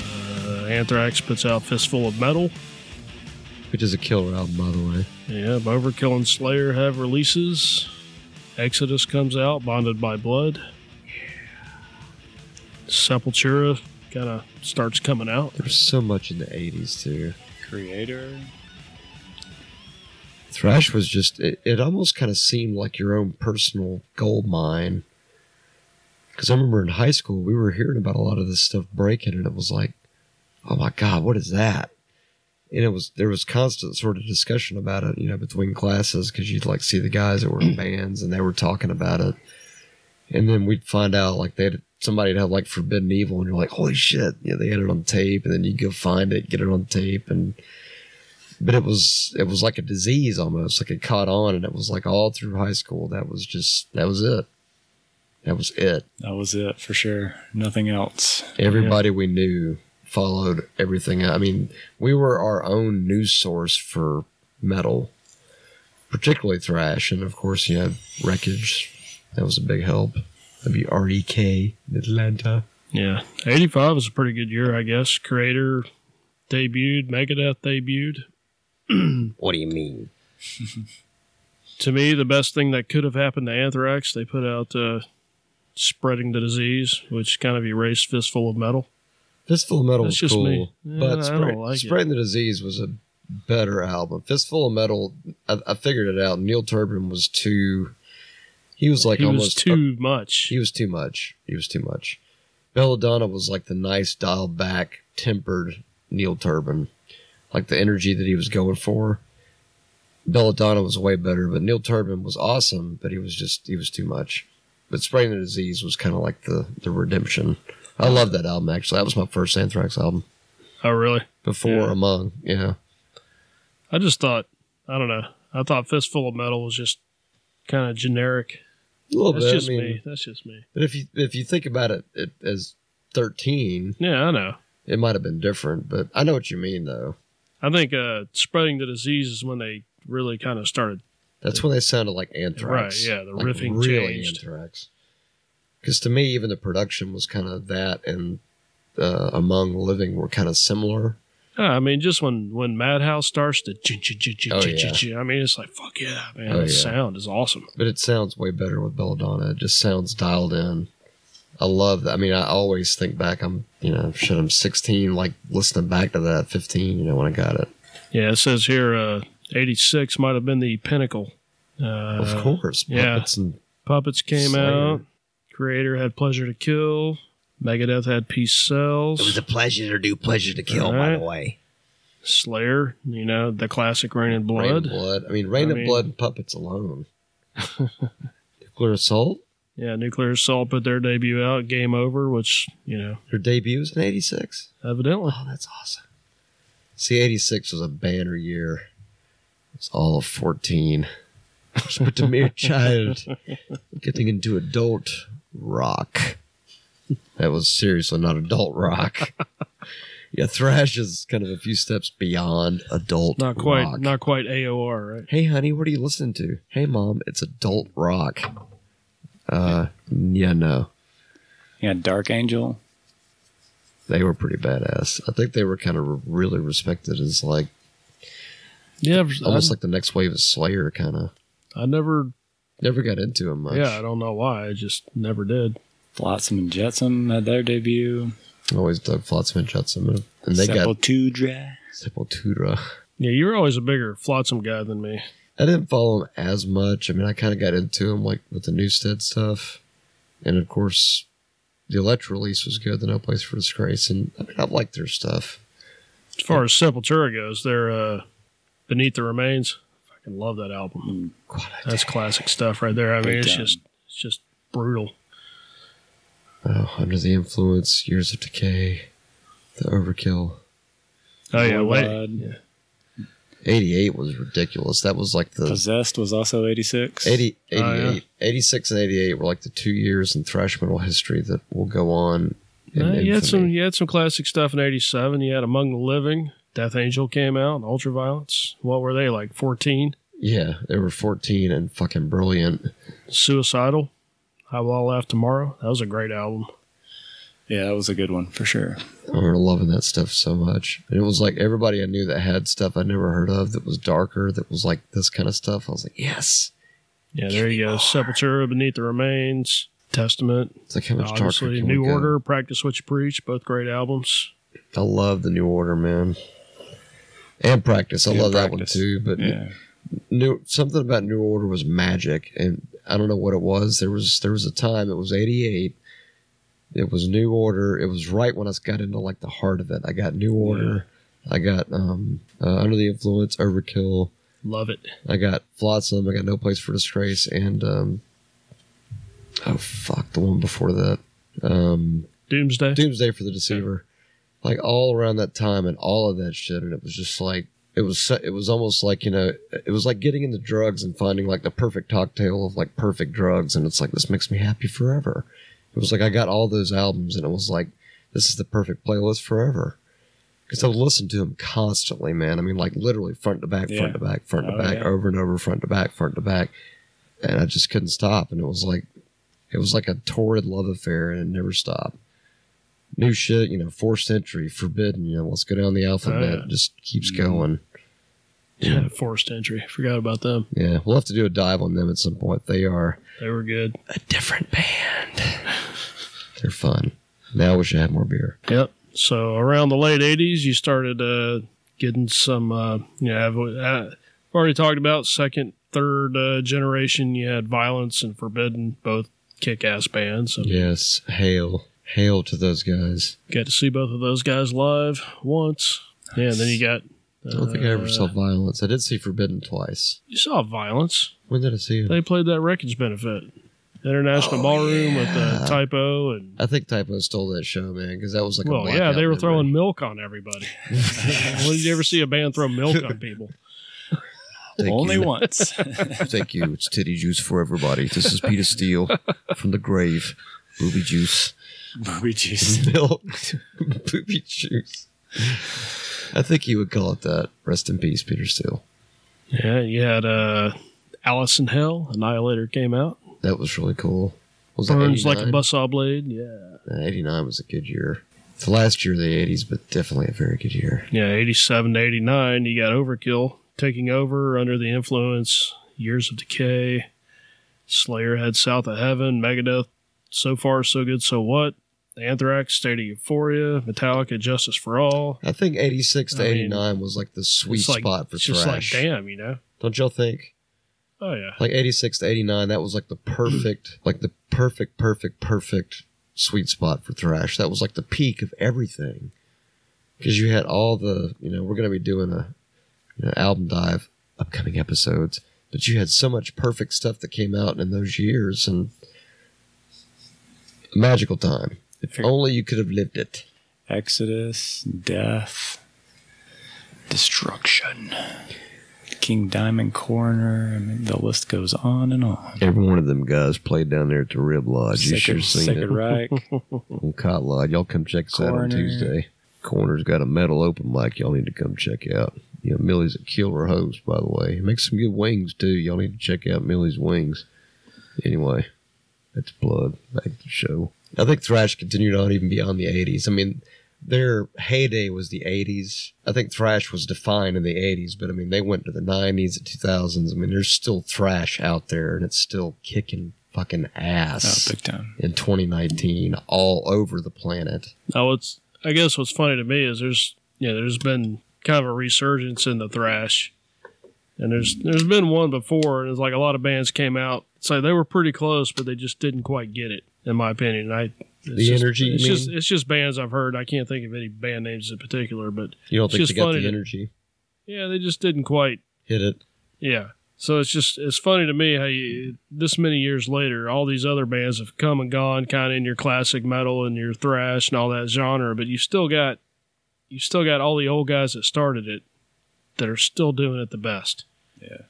Speaker 1: uh, Anthrax puts out Fistful of Metal.
Speaker 2: which is a killer album, by the way.
Speaker 1: Yeah, Overkill and Slayer have releases. Exodus comes out, Bonded by Blood. Sepultura kind of starts coming out.
Speaker 2: There's so much in the '80s too.
Speaker 3: Creator.
Speaker 2: Thrash was just it, it almost kind of seemed like your own personal gold mine. Because I remember in high school we were hearing about a lot of this stuff breaking, and it was like, oh my god, what is that? And it was there was constant sort of discussion about it, you know, between classes because you'd like see the guys that were in bands and they were talking about it, and then we'd find out like they had somebody had like Forbidden Evil, and you're like, holy shit, yeah, they had it on tape, and then you go find it, get it on tape, and but it was it was like a disease almost like it caught on and it was like all through high school that was just that was it that was it
Speaker 3: That was it for sure. Nothing else.
Speaker 2: everybody we knew followed everything i mean we were our own news source for metal particularly thrash and of course you have wreckage that was a big help w-r-e-k atlanta
Speaker 1: Yeah, 85 was a pretty good year, I guess. Creator debuted, Megadeth debuted.
Speaker 4: What do you mean?
Speaker 1: To me, the best thing that could have happened to Anthrax, they put out uh, Spreading the Disease, which kind of erased Fistful of Metal.
Speaker 2: Fistful of Metal
Speaker 1: That's
Speaker 2: was
Speaker 1: just
Speaker 2: cool,
Speaker 1: me. Yeah, I
Speaker 2: but
Speaker 1: don't
Speaker 2: Spread,
Speaker 1: like it.
Speaker 2: Spreading the Disease was a better album. Fistful of Metal, I, I figured it out. Neil Turbin was too. He was like
Speaker 1: he was
Speaker 2: almost
Speaker 1: too much.
Speaker 2: he was too much. He was too much. Belladonna was like the nice dialed back, tempered Neil Turbin, like the energy that he was going for. Belladonna was way better, but Neil Turbin was awesome, but he was just he was too much. But Spraying the Disease was kind of like the the redemption. I love that album actually. That was my first Anthrax album
Speaker 1: Oh, really?
Speaker 2: before
Speaker 1: Yeah.
Speaker 2: Among. Yeah,
Speaker 1: I just thought, I don't know. I thought Fistful of Metal was just kind of generic.
Speaker 2: a little
Speaker 1: That's
Speaker 2: bit.
Speaker 1: just
Speaker 2: I mean,
Speaker 1: me. That's just me.
Speaker 2: But if you if you think about it, it as thirteen,
Speaker 1: Yeah, I know.
Speaker 2: it might have been different. But I know what you mean though.
Speaker 1: I think uh, Spreading the Disease is when they really kind of started.
Speaker 2: That's when they sounded like Anthrax.
Speaker 1: Right, yeah, the
Speaker 2: like
Speaker 1: riffing
Speaker 2: really
Speaker 1: changed.
Speaker 2: Anthrax. Because to me, even the production was kind of that, and uh, Among Living were kind of similar.
Speaker 1: Yeah, I mean, just when when Madhouse starts to, chin, chin, chin, chin,
Speaker 2: Oh,
Speaker 1: chin, chin,
Speaker 2: yeah.
Speaker 1: chin, I mean, it's like fuck yeah, man.
Speaker 2: Oh,
Speaker 1: that
Speaker 2: yeah.
Speaker 1: sound is awesome.
Speaker 2: But it sounds way better with Belladonna. It just sounds dialed in. I love that. I mean, I always think back. I'm, you know, shit, I'm 16, like listening back to that, 15, you know, when I got it.
Speaker 1: Yeah, it says here, uh, eighty six might have been the pinnacle. Uh,
Speaker 2: of course.
Speaker 1: yeah.
Speaker 2: Puppets and
Speaker 1: Puppets came
Speaker 2: Slayer.
Speaker 1: out. Creator had Pleasure to Kill. Megadeth had Peace
Speaker 4: It was
Speaker 1: Cells.
Speaker 4: a pleasure to do, pleasure to kill, by
Speaker 1: Alright.
Speaker 4: the way.
Speaker 1: Slayer, you know, the classic Rain and Blood.
Speaker 2: Rain and Blood. I mean, Rain
Speaker 1: I
Speaker 2: and
Speaker 1: mean-
Speaker 2: Blood and Puppets alone. Nuclear Assault,
Speaker 1: Yeah, Nuclear Assault put their debut out, Game Over, which, you know,
Speaker 2: her debut was in 86.
Speaker 1: evidently.
Speaker 2: Oh, that's awesome. See, 86 was a banner year. It's all of 14. Just put a mere child getting into adult rock. That was seriously not adult rock. yeah, thrash is kind of a few steps beyond adult
Speaker 1: Not quite
Speaker 2: rock.
Speaker 1: not quite AOR, right?
Speaker 2: hey, honey, what are you listening to? Hey, mom, it's adult rock. Uh, yeah, no.
Speaker 3: Yeah, Dark Angel.
Speaker 2: They were pretty badass. I think they were kind of really respected as like
Speaker 1: Yeah,
Speaker 2: almost
Speaker 1: I,
Speaker 2: like the next wave of Slayer, kind of.
Speaker 1: I never
Speaker 2: Never got into him much.
Speaker 1: Yeah, I don't know why. I just never did.
Speaker 3: Flotsam and Jetsam had their debut.
Speaker 2: always dug Flotsam and Jetsam, and- and they got
Speaker 3: Sepultura.
Speaker 2: Sepultura.
Speaker 1: Yeah, you were always a bigger flotsam guy than me.
Speaker 2: I didn't follow him as much. I mean, I kind of got into him like with the Newstead stuff, and of course, the Electra release was good. The No Place for Disgrace, and I mean, I like their stuff.
Speaker 1: As far as Sepultura goes, they're uh, Beneath the Remains. Fucking love that album. That's classic stuff right there. I mean,
Speaker 3: Big
Speaker 1: it's
Speaker 3: time.
Speaker 1: just it's just brutal.
Speaker 2: Oh, Under the Influence, Years of Decay, The Overkill.
Speaker 1: Oh yeah,
Speaker 3: Void
Speaker 1: wait.
Speaker 3: Blood.
Speaker 2: Eighty-eight was ridiculous. That was like the
Speaker 3: Possessed was also 86.
Speaker 2: 80,
Speaker 1: Oh, yeah.
Speaker 2: 88, 86 and 88 were like the two years in thrash metal history that will go on. in
Speaker 1: Uh, you had
Speaker 2: infamy.
Speaker 1: some you had some classic stuff in '87. You had Among the Living, Death Angel came out, Ultraviolence. What were they like? Fourteen,
Speaker 2: Yeah, they were 14 and fucking brilliant.
Speaker 1: Suicidal, I Will All Laugh Tomorrow. That was a great album.
Speaker 3: Yeah, that was a good one for sure.
Speaker 2: I remember loving that stuff so much. And it was like everybody I knew that had stuff I never heard of that was darker, that was like this kind of stuff. I was like, yes.
Speaker 1: Yeah, there you go. Sepultura, Beneath the Remains, Testament,
Speaker 2: It's like how much darker
Speaker 1: obviously
Speaker 2: can
Speaker 1: New
Speaker 2: we go?
Speaker 1: Order, Practice What You Preach, both great albums.
Speaker 2: I love the New Order, man. And practice, I
Speaker 3: Yeah,
Speaker 2: love
Speaker 3: Practice.
Speaker 2: that one too. But
Speaker 3: Yeah,
Speaker 2: new something about New Order was magic, and I don't know what it was. There was there was a time it was '88. It was New Order. It was right when I got into like the heart of it. I got New Order. I got um, uh, Under the Influence, Overkill.
Speaker 1: Love it.
Speaker 2: I got Flotsam. I got No Place for Disgrace, and um, oh fuck, the one before that, um,
Speaker 1: Doomsday.
Speaker 2: Doomsday for the Deceiver. Like all around that time and all of that shit, and it was just like it was. so- It was almost like you know, it was like getting into drugs and finding like the perfect cocktail of like perfect drugs, and it's like this makes me happy forever. It was like I got all those albums, and it was like this is the perfect playlist forever. Because I would listen to them constantly, man. I mean, like literally front to back,
Speaker 3: Yeah.
Speaker 2: front to back, front to
Speaker 3: Oh,
Speaker 2: back,
Speaker 3: yeah.
Speaker 2: over and over, front to back, front to back, and I just couldn't stop. And it was like, it was like a torrid love affair, and it never stopped new shit, you know, fourth century, forbidden, you know, let's go down the alphabet.
Speaker 1: Oh, yeah. Mm-hmm.
Speaker 2: It just keeps
Speaker 3: Mhm.
Speaker 2: going.
Speaker 1: Yeah, Forced Entry. Forgot about them.
Speaker 2: Yeah. We'll have to do a dive on them at some point. They are
Speaker 1: They were good.
Speaker 2: a different band. They're fun. Now I wish I had more beer.
Speaker 1: Yep. So around the late '80s, you started uh, getting some. Uh, you know, I've uh, I've already talked about second, third uh, generation. You had Violence and Forbidden, both kick-ass bands. So
Speaker 2: Yes. Hail. Hail to those guys.
Speaker 1: Got to see both of those guys live once. Yeah, and then you got. uh,
Speaker 2: I don't think I ever saw violence. I did see Forbidden twice.
Speaker 1: You saw Violence.
Speaker 2: When did I see it?
Speaker 1: They played that Records Benefit,
Speaker 2: Oh,
Speaker 1: International Ballroom with uh, Typo and.
Speaker 2: I think Typo stole that show, man, because that was like a
Speaker 1: Well, yeah,
Speaker 2: blackout
Speaker 1: they were
Speaker 2: memory.
Speaker 1: throwing milk on everybody. when did you ever see a band throw milk on people?
Speaker 2: Thank
Speaker 3: only
Speaker 2: you.
Speaker 3: once.
Speaker 2: Thank you. It's titty juice for everybody. This is Peter Steele from the grave. Booby juice.
Speaker 3: Booby juice.
Speaker 2: milk booby juice. I think he would call it that. Rest in peace, Peter Steele.
Speaker 1: Yeah, you had uh, Alice in Hell. Annihilator came out.
Speaker 2: That was really cool. Was that
Speaker 1: Burns like a
Speaker 2: 89?
Speaker 1: buzzsaw blade. Yeah,
Speaker 2: Uh, 89 was a good year. The last year of the 80s, but definitely a very good year.
Speaker 1: yeah. Eighty-seven to eighty-nine, you got Overkill taking over under the influence. Years of Decay. Slayer had South of Heaven. Megadeth. So far, so good. So what? Anthrax, State of Euphoria, Metallica, Justice for All.
Speaker 2: I think 86 to
Speaker 1: I mean,
Speaker 2: 89 was like the sweet
Speaker 1: it's like,
Speaker 2: spot for
Speaker 1: it's
Speaker 2: thrash.
Speaker 1: just like damn, you know.
Speaker 2: Don't y'all think?
Speaker 1: Oh yeah,
Speaker 2: Like 86 to 89, that was like the perfect, like the perfect, perfect, perfect sweet spot for thrash. That was like the peak of everything. Because you had all the, you know, we're going to be doing a you know, album dive upcoming episodes, but you had so much perfect stuff that came out in those years and a magical time. If
Speaker 3: Fair.
Speaker 2: only you could have lived it.
Speaker 3: Exodus, death, destruction, King Diamond Corner. I mean, the list goes on and on.
Speaker 2: Every one of them guys played down there at the Rib Lodge. You should
Speaker 3: Sacred,
Speaker 2: have seen
Speaker 3: Sacred
Speaker 2: it.
Speaker 3: Reich.
Speaker 2: on Cot Lodge. Y'all come check us out on
Speaker 3: Corner.
Speaker 2: Tuesday. Corner's got a metal open mic y'all need to come check out. You know, Millie's a killer host, by the way. He makes some good wings, too. Y'all need to check out Millie's wings. Anyway, that's blood. Back to the show. I think Thrash continued on even beyond the 80s. I mean, their heyday was the 80s. I think Thrash was defined in the 80s, but I mean, they went to the 90s and 2000s. I mean, there's still Thrash out there, and it's still kicking fucking
Speaker 3: Oh,
Speaker 2: ass
Speaker 3: big time.
Speaker 2: in 2019 all over the planet.
Speaker 1: Now, Uh, what's I guess what's funny to me is there's yeah there's been kind of a resurgence in the thrash, and there's there's been one before, and it's like a lot of bands came out so they were pretty close, but they just didn't quite get it, in my opinion. I it's
Speaker 2: The
Speaker 1: just-
Speaker 2: energy, you
Speaker 1: it's just
Speaker 2: mean?
Speaker 1: it's just bands I've heard. I can't think of any band names in particular, but
Speaker 2: You don't
Speaker 1: It's
Speaker 2: think
Speaker 1: just
Speaker 2: they got
Speaker 1: funny
Speaker 2: the
Speaker 1: to-
Speaker 2: energy?
Speaker 1: yeah, they just didn't quite
Speaker 2: Hit it.
Speaker 1: yeah. So it's just it's funny to me how you this many years later, all these other bands have come and gone, kind of in your classic metal and your thrash and all that genre, but you still got you still got all the old guys that started it that are still doing it the best.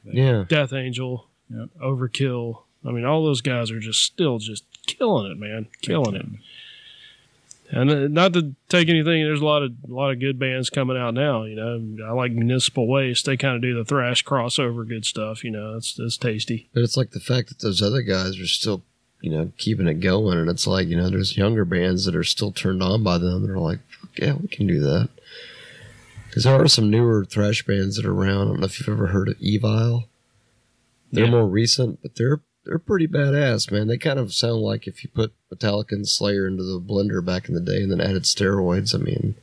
Speaker 2: Yeah.
Speaker 1: Death Angel,
Speaker 3: Yep.
Speaker 1: Overkill. I mean, all those guys are just still just killing it, man, killing it. And uh, not to take anything, there's a lot of a lot of good bands coming out now. You know, I like Municipal Waste. They kind of do the thrash crossover, good stuff. You know, it's it's tasty.
Speaker 2: But it's like the fact that those other guys are still you know, keeping it going. And it's like, you know, there's younger bands that are still turned on by them. They're like, Fuck yeah, we can do that. Because there are some newer thrash bands that are around. I don't know if you've ever heard of Evil. They're
Speaker 1: Yeah.
Speaker 2: more recent, but they're they're pretty badass, man. They kind of sound like if you put Metallica and Slayer into the blender back in the day and then added steroids. I mean,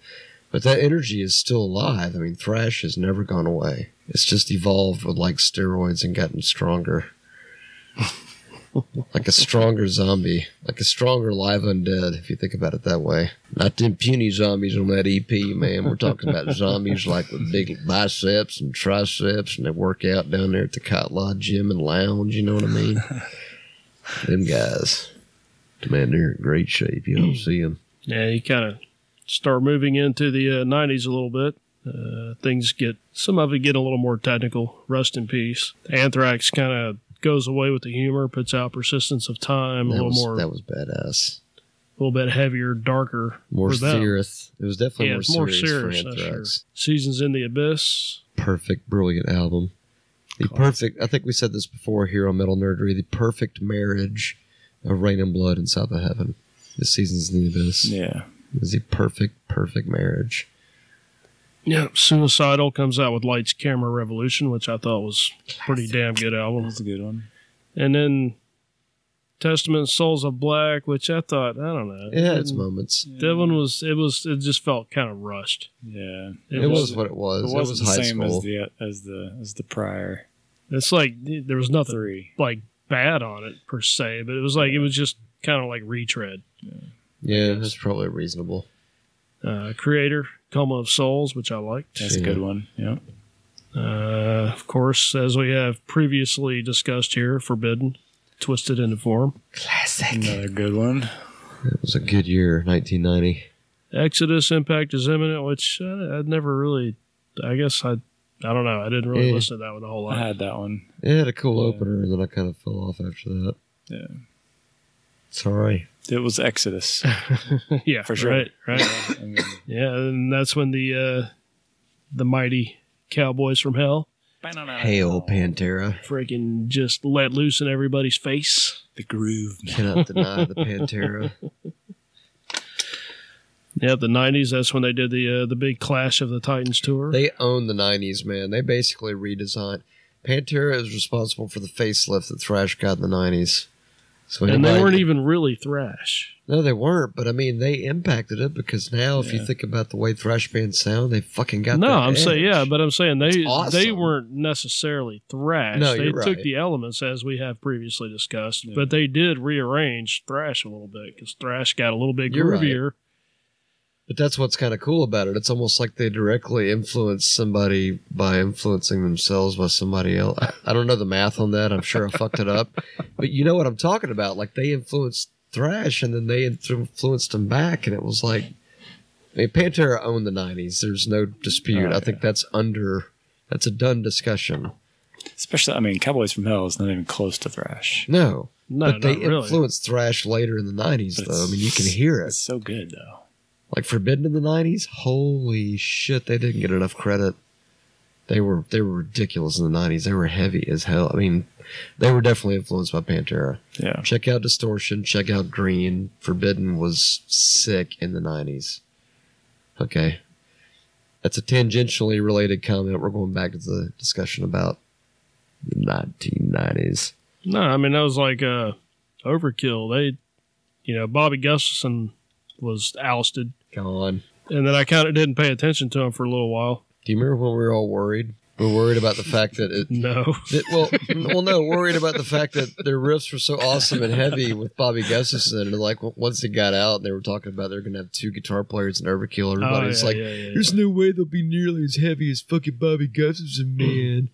Speaker 2: but that energy is still alive. I mean, thrash has never gone away. It's just evolved with like steroids and gotten stronger. like a stronger zombie, like a stronger live undead, if you think about it that way. Not them puny zombies on that EP, man. We're talking about zombies like with big biceps and triceps, and they work out down there at the Cot Lodge Gym and Lounge, you know what I mean? them guys. Man, they're in great shape. You don't see them.
Speaker 1: Yeah, you kind of start moving into the uh, 90s a little bit. Uh, things get, some of it get a little more technical. Rest in peace. Anthrax kind of goes away with the humor, puts out Persistence of Time, a
Speaker 2: That
Speaker 1: little
Speaker 2: was,
Speaker 1: more,
Speaker 2: that
Speaker 1: a
Speaker 2: was badass.
Speaker 1: little bit heavier, darker.
Speaker 2: More
Speaker 1: for them.
Speaker 2: serious. It was definitely
Speaker 1: Yeah,
Speaker 2: more,
Speaker 1: it's more
Speaker 2: serious,
Speaker 1: serious.
Speaker 2: for
Speaker 1: that's
Speaker 2: Anthrax.
Speaker 1: sure. Seasons in the Abyss.
Speaker 2: perfect, brilliant album. The perfect, I think we said this before here on Metal Nerdery, the perfect marriage of Rain and Blood and South of Heaven. The Seasons in the Abyss
Speaker 3: Yeah.
Speaker 2: is the perfect, perfect marriage.
Speaker 1: Yeah, Suicidal comes out with Lights, Camera, Revolution, which I thought was pretty damn good album.
Speaker 3: That's a good one.
Speaker 1: And then Testament, Souls of Black, which I thought, I don't know.
Speaker 2: It had
Speaker 3: Mm.
Speaker 2: its moments.
Speaker 1: That one was it was it just felt kind of rushed.
Speaker 3: Yeah.
Speaker 2: It, was, what it was.
Speaker 3: It
Speaker 2: It,
Speaker 3: wasn't
Speaker 2: was
Speaker 3: the
Speaker 2: high
Speaker 3: same
Speaker 2: school.
Speaker 3: as the as the as the prior
Speaker 1: It's like there was nothing
Speaker 3: three.
Speaker 1: like bad on it per se, but it was like it was just kind of like retread.
Speaker 2: yeah, that's probably reasonable.
Speaker 1: Uh, Creator, Coma of Souls, which I liked.
Speaker 3: That's a
Speaker 2: Yeah.
Speaker 3: good one. Yeah.
Speaker 1: Uh, of course, as we have previously discussed here, Forbidden, Twisted into Form,
Speaker 4: Classic.
Speaker 3: Another good one.
Speaker 2: It was a good year, 1990.
Speaker 1: Exodus, Impact is Imminent, which uh, I'd never really. I guess I. I don't know. I didn't really
Speaker 2: Yeah.
Speaker 1: listen to that one a whole
Speaker 3: I
Speaker 1: lot.
Speaker 3: had that one.
Speaker 2: It had a cool
Speaker 3: Yeah.
Speaker 2: opener, and then I kind of fell off after that.
Speaker 3: Yeah.
Speaker 2: Sorry.
Speaker 3: It was Exodus.
Speaker 1: yeah,
Speaker 3: For sure.
Speaker 1: Right, right.
Speaker 3: I mean,
Speaker 1: yeah, and that's when the uh, the mighty Cowboys from Hell
Speaker 2: Hail Pantera.
Speaker 1: freaking just let loose in everybody's face.
Speaker 3: the groove. man.
Speaker 2: Cannot deny the Pantera.
Speaker 1: Yeah, the '90s. That's when they did the uh, the big Clash of the Titans tour.
Speaker 2: They own the '90s, man. They basically redesigned. Pantera is responsible for the facelift that Thrash got in the '90s. So
Speaker 1: and they
Speaker 2: anybody-
Speaker 1: weren't e- even really thrash.
Speaker 2: No, they weren't. But I mean, they impacted it because now, if
Speaker 3: Yeah.
Speaker 2: you think about the way thrash bands sound, they fucking got.
Speaker 1: No,
Speaker 2: that
Speaker 1: I'm
Speaker 2: edge.
Speaker 1: saying yeah, but I'm saying they
Speaker 2: It's awesome.
Speaker 1: they weren't necessarily thrash.
Speaker 2: No,
Speaker 1: they
Speaker 2: you're
Speaker 1: took
Speaker 2: right.
Speaker 1: the elements as we have previously discussed,
Speaker 3: Yeah.
Speaker 1: but they did rearrange thrash a little bit because thrash got a little bit
Speaker 2: You're right.
Speaker 1: groovier.
Speaker 2: But that's what's kind of cool about it. It's almost like they directly influence somebody by influencing themselves by somebody else. I, I don't know the math on that. I'm sure I fucked it up. But you know what I'm talking about. Like they influenced thrash and then they influ- influenced them back. And it was like, I mean, Pantera owned the 90s. There's no dispute.
Speaker 3: Oh,
Speaker 2: I think that's under, that's a done discussion.
Speaker 3: Especially, I mean, Cowboys from Hell is not even close to thrash.
Speaker 2: No.
Speaker 1: No,
Speaker 2: but they
Speaker 1: not really.
Speaker 2: influenced thrash later in the 90s,
Speaker 3: But
Speaker 2: though. I
Speaker 3: it's-
Speaker 2: mean, you can hear it.
Speaker 3: It's so good though.
Speaker 2: like Forbidden in the '90s. Holy shit, they didn't get enough credit. They were they were ridiculous in the '90s. They were heavy as hell. I mean, they were definitely influenced by Pantera.
Speaker 3: Yeah.
Speaker 2: Check out Distortion. Check out Green. Forbidden was sick in the '90s. Okay, that's a tangentially related comment. We're going back to the discussion about the 1990s.
Speaker 1: No, I mean that was like uh, overkill. They, you know, Bobby Gustafson was ousted,
Speaker 2: Gone.
Speaker 1: and then I kind of didn't pay attention to him for a little while.
Speaker 2: Do you remember when we were all worried? We were worried about the fact that it,
Speaker 1: No,
Speaker 2: That, well, n- well, no, worried about the fact that their riffs were so awesome and heavy with Bobby Gustafson, and like w- once it got out, they were talking about they're gonna have two guitar players and overkill. Everybody's
Speaker 1: Oh, yeah,
Speaker 2: like,
Speaker 1: yeah, yeah,
Speaker 2: "There's no way they'll be nearly as heavy as fucking Bobby
Speaker 1: Mm.
Speaker 2: Gustafson, man."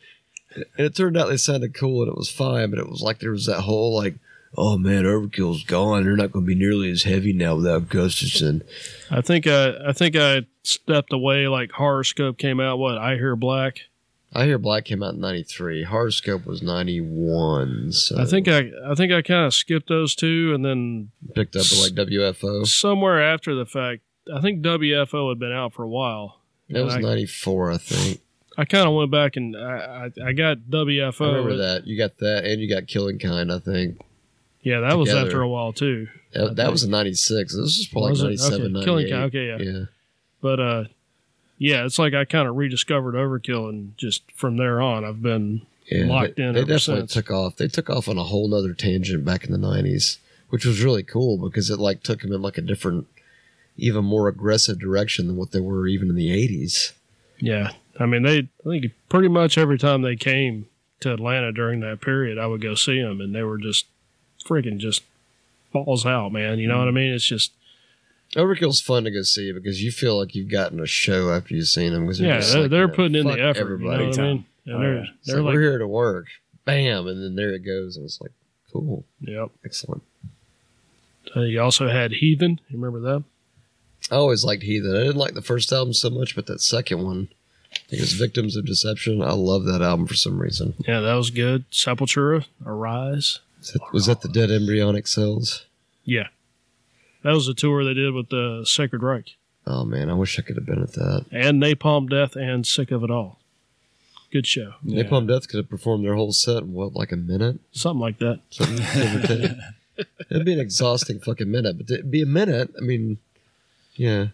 Speaker 2: and it turned out they sounded cool and it was fine, but it was like there was that whole like, "Oh man, Overkill's gone. They're not gonna be nearly as heavy now without Gustafson."
Speaker 1: I think I, I think I stepped away. Like Horoscope came out. What I hear black.
Speaker 2: I hear Black came out in '93. Horoscope was '91, so
Speaker 1: I think I, I think I kind of skipped those two, and then
Speaker 2: picked up like WFO.
Speaker 1: somewhere after the fact, I think WFO had been out for a while.
Speaker 2: That was
Speaker 1: And I-
Speaker 2: '94, I think.
Speaker 1: I kind of went back and I, I, I got WFO.
Speaker 2: I remember that. You got that, and you got Killing Kind, I think.
Speaker 1: Yeah, that was
Speaker 2: Together.
Speaker 1: after a while too.
Speaker 2: That, that was in '96. This is probably
Speaker 1: Was it?
Speaker 2: like '97,
Speaker 1: Okay, Killing
Speaker 2: '98.
Speaker 1: Cow. Okay, yeah.
Speaker 2: yeah.
Speaker 1: But uh, yeah, it's like I kind of rediscovered Overkill, and just from there on, I've been
Speaker 2: Yeah,
Speaker 1: locked
Speaker 2: they,
Speaker 1: in
Speaker 2: They
Speaker 1: ever
Speaker 2: definitely
Speaker 1: since.
Speaker 2: took off. They took off on a whole nother tangent back in the '90s, which was really cool because it like took them in like a different, even more aggressive direction than what they were even in the '80s.
Speaker 1: yeah. I mean, they I think pretty much every time they came to Atlanta during that period, I would go see them, and they were just freaking just balls out, man. You know what I mean? It's just
Speaker 2: Overkill's fun to go see because you feel like you've gotten a show after you've seen them. Because
Speaker 1: yeah, they're, they're putting in the effort.
Speaker 2: Everybody,
Speaker 1: You know what I mean? And
Speaker 3: Oh,
Speaker 1: they're
Speaker 3: yeah.
Speaker 2: It's
Speaker 1: they're
Speaker 2: like,
Speaker 1: like,
Speaker 2: we're here to work. Bam, and then there it goes, and it's like cool,
Speaker 1: yep.
Speaker 2: excellent.
Speaker 1: Uh, you also had Heathen. You remember that?
Speaker 2: I always liked Heathen. I didn't like the first album so much, but that second one, I think it was Victims of Deception. I love that album for some reason.
Speaker 1: Yeah, that was good. Sepultura, Arise.
Speaker 2: Was that, was that the Dead Embryonic Cells?
Speaker 1: Yeah. That was a tour they did with the Sacred Reich
Speaker 2: Oh man, I wish I could have been at that.
Speaker 1: and Napalm Death and Sick of It All. Good show.
Speaker 3: Yeah.
Speaker 2: Napalm Death could have performed their whole set in what, like a minute?
Speaker 1: Something like that.
Speaker 2: Something give or take. It'd be an exhausting fucking minute, but it'd be a minute. I mean, yeah.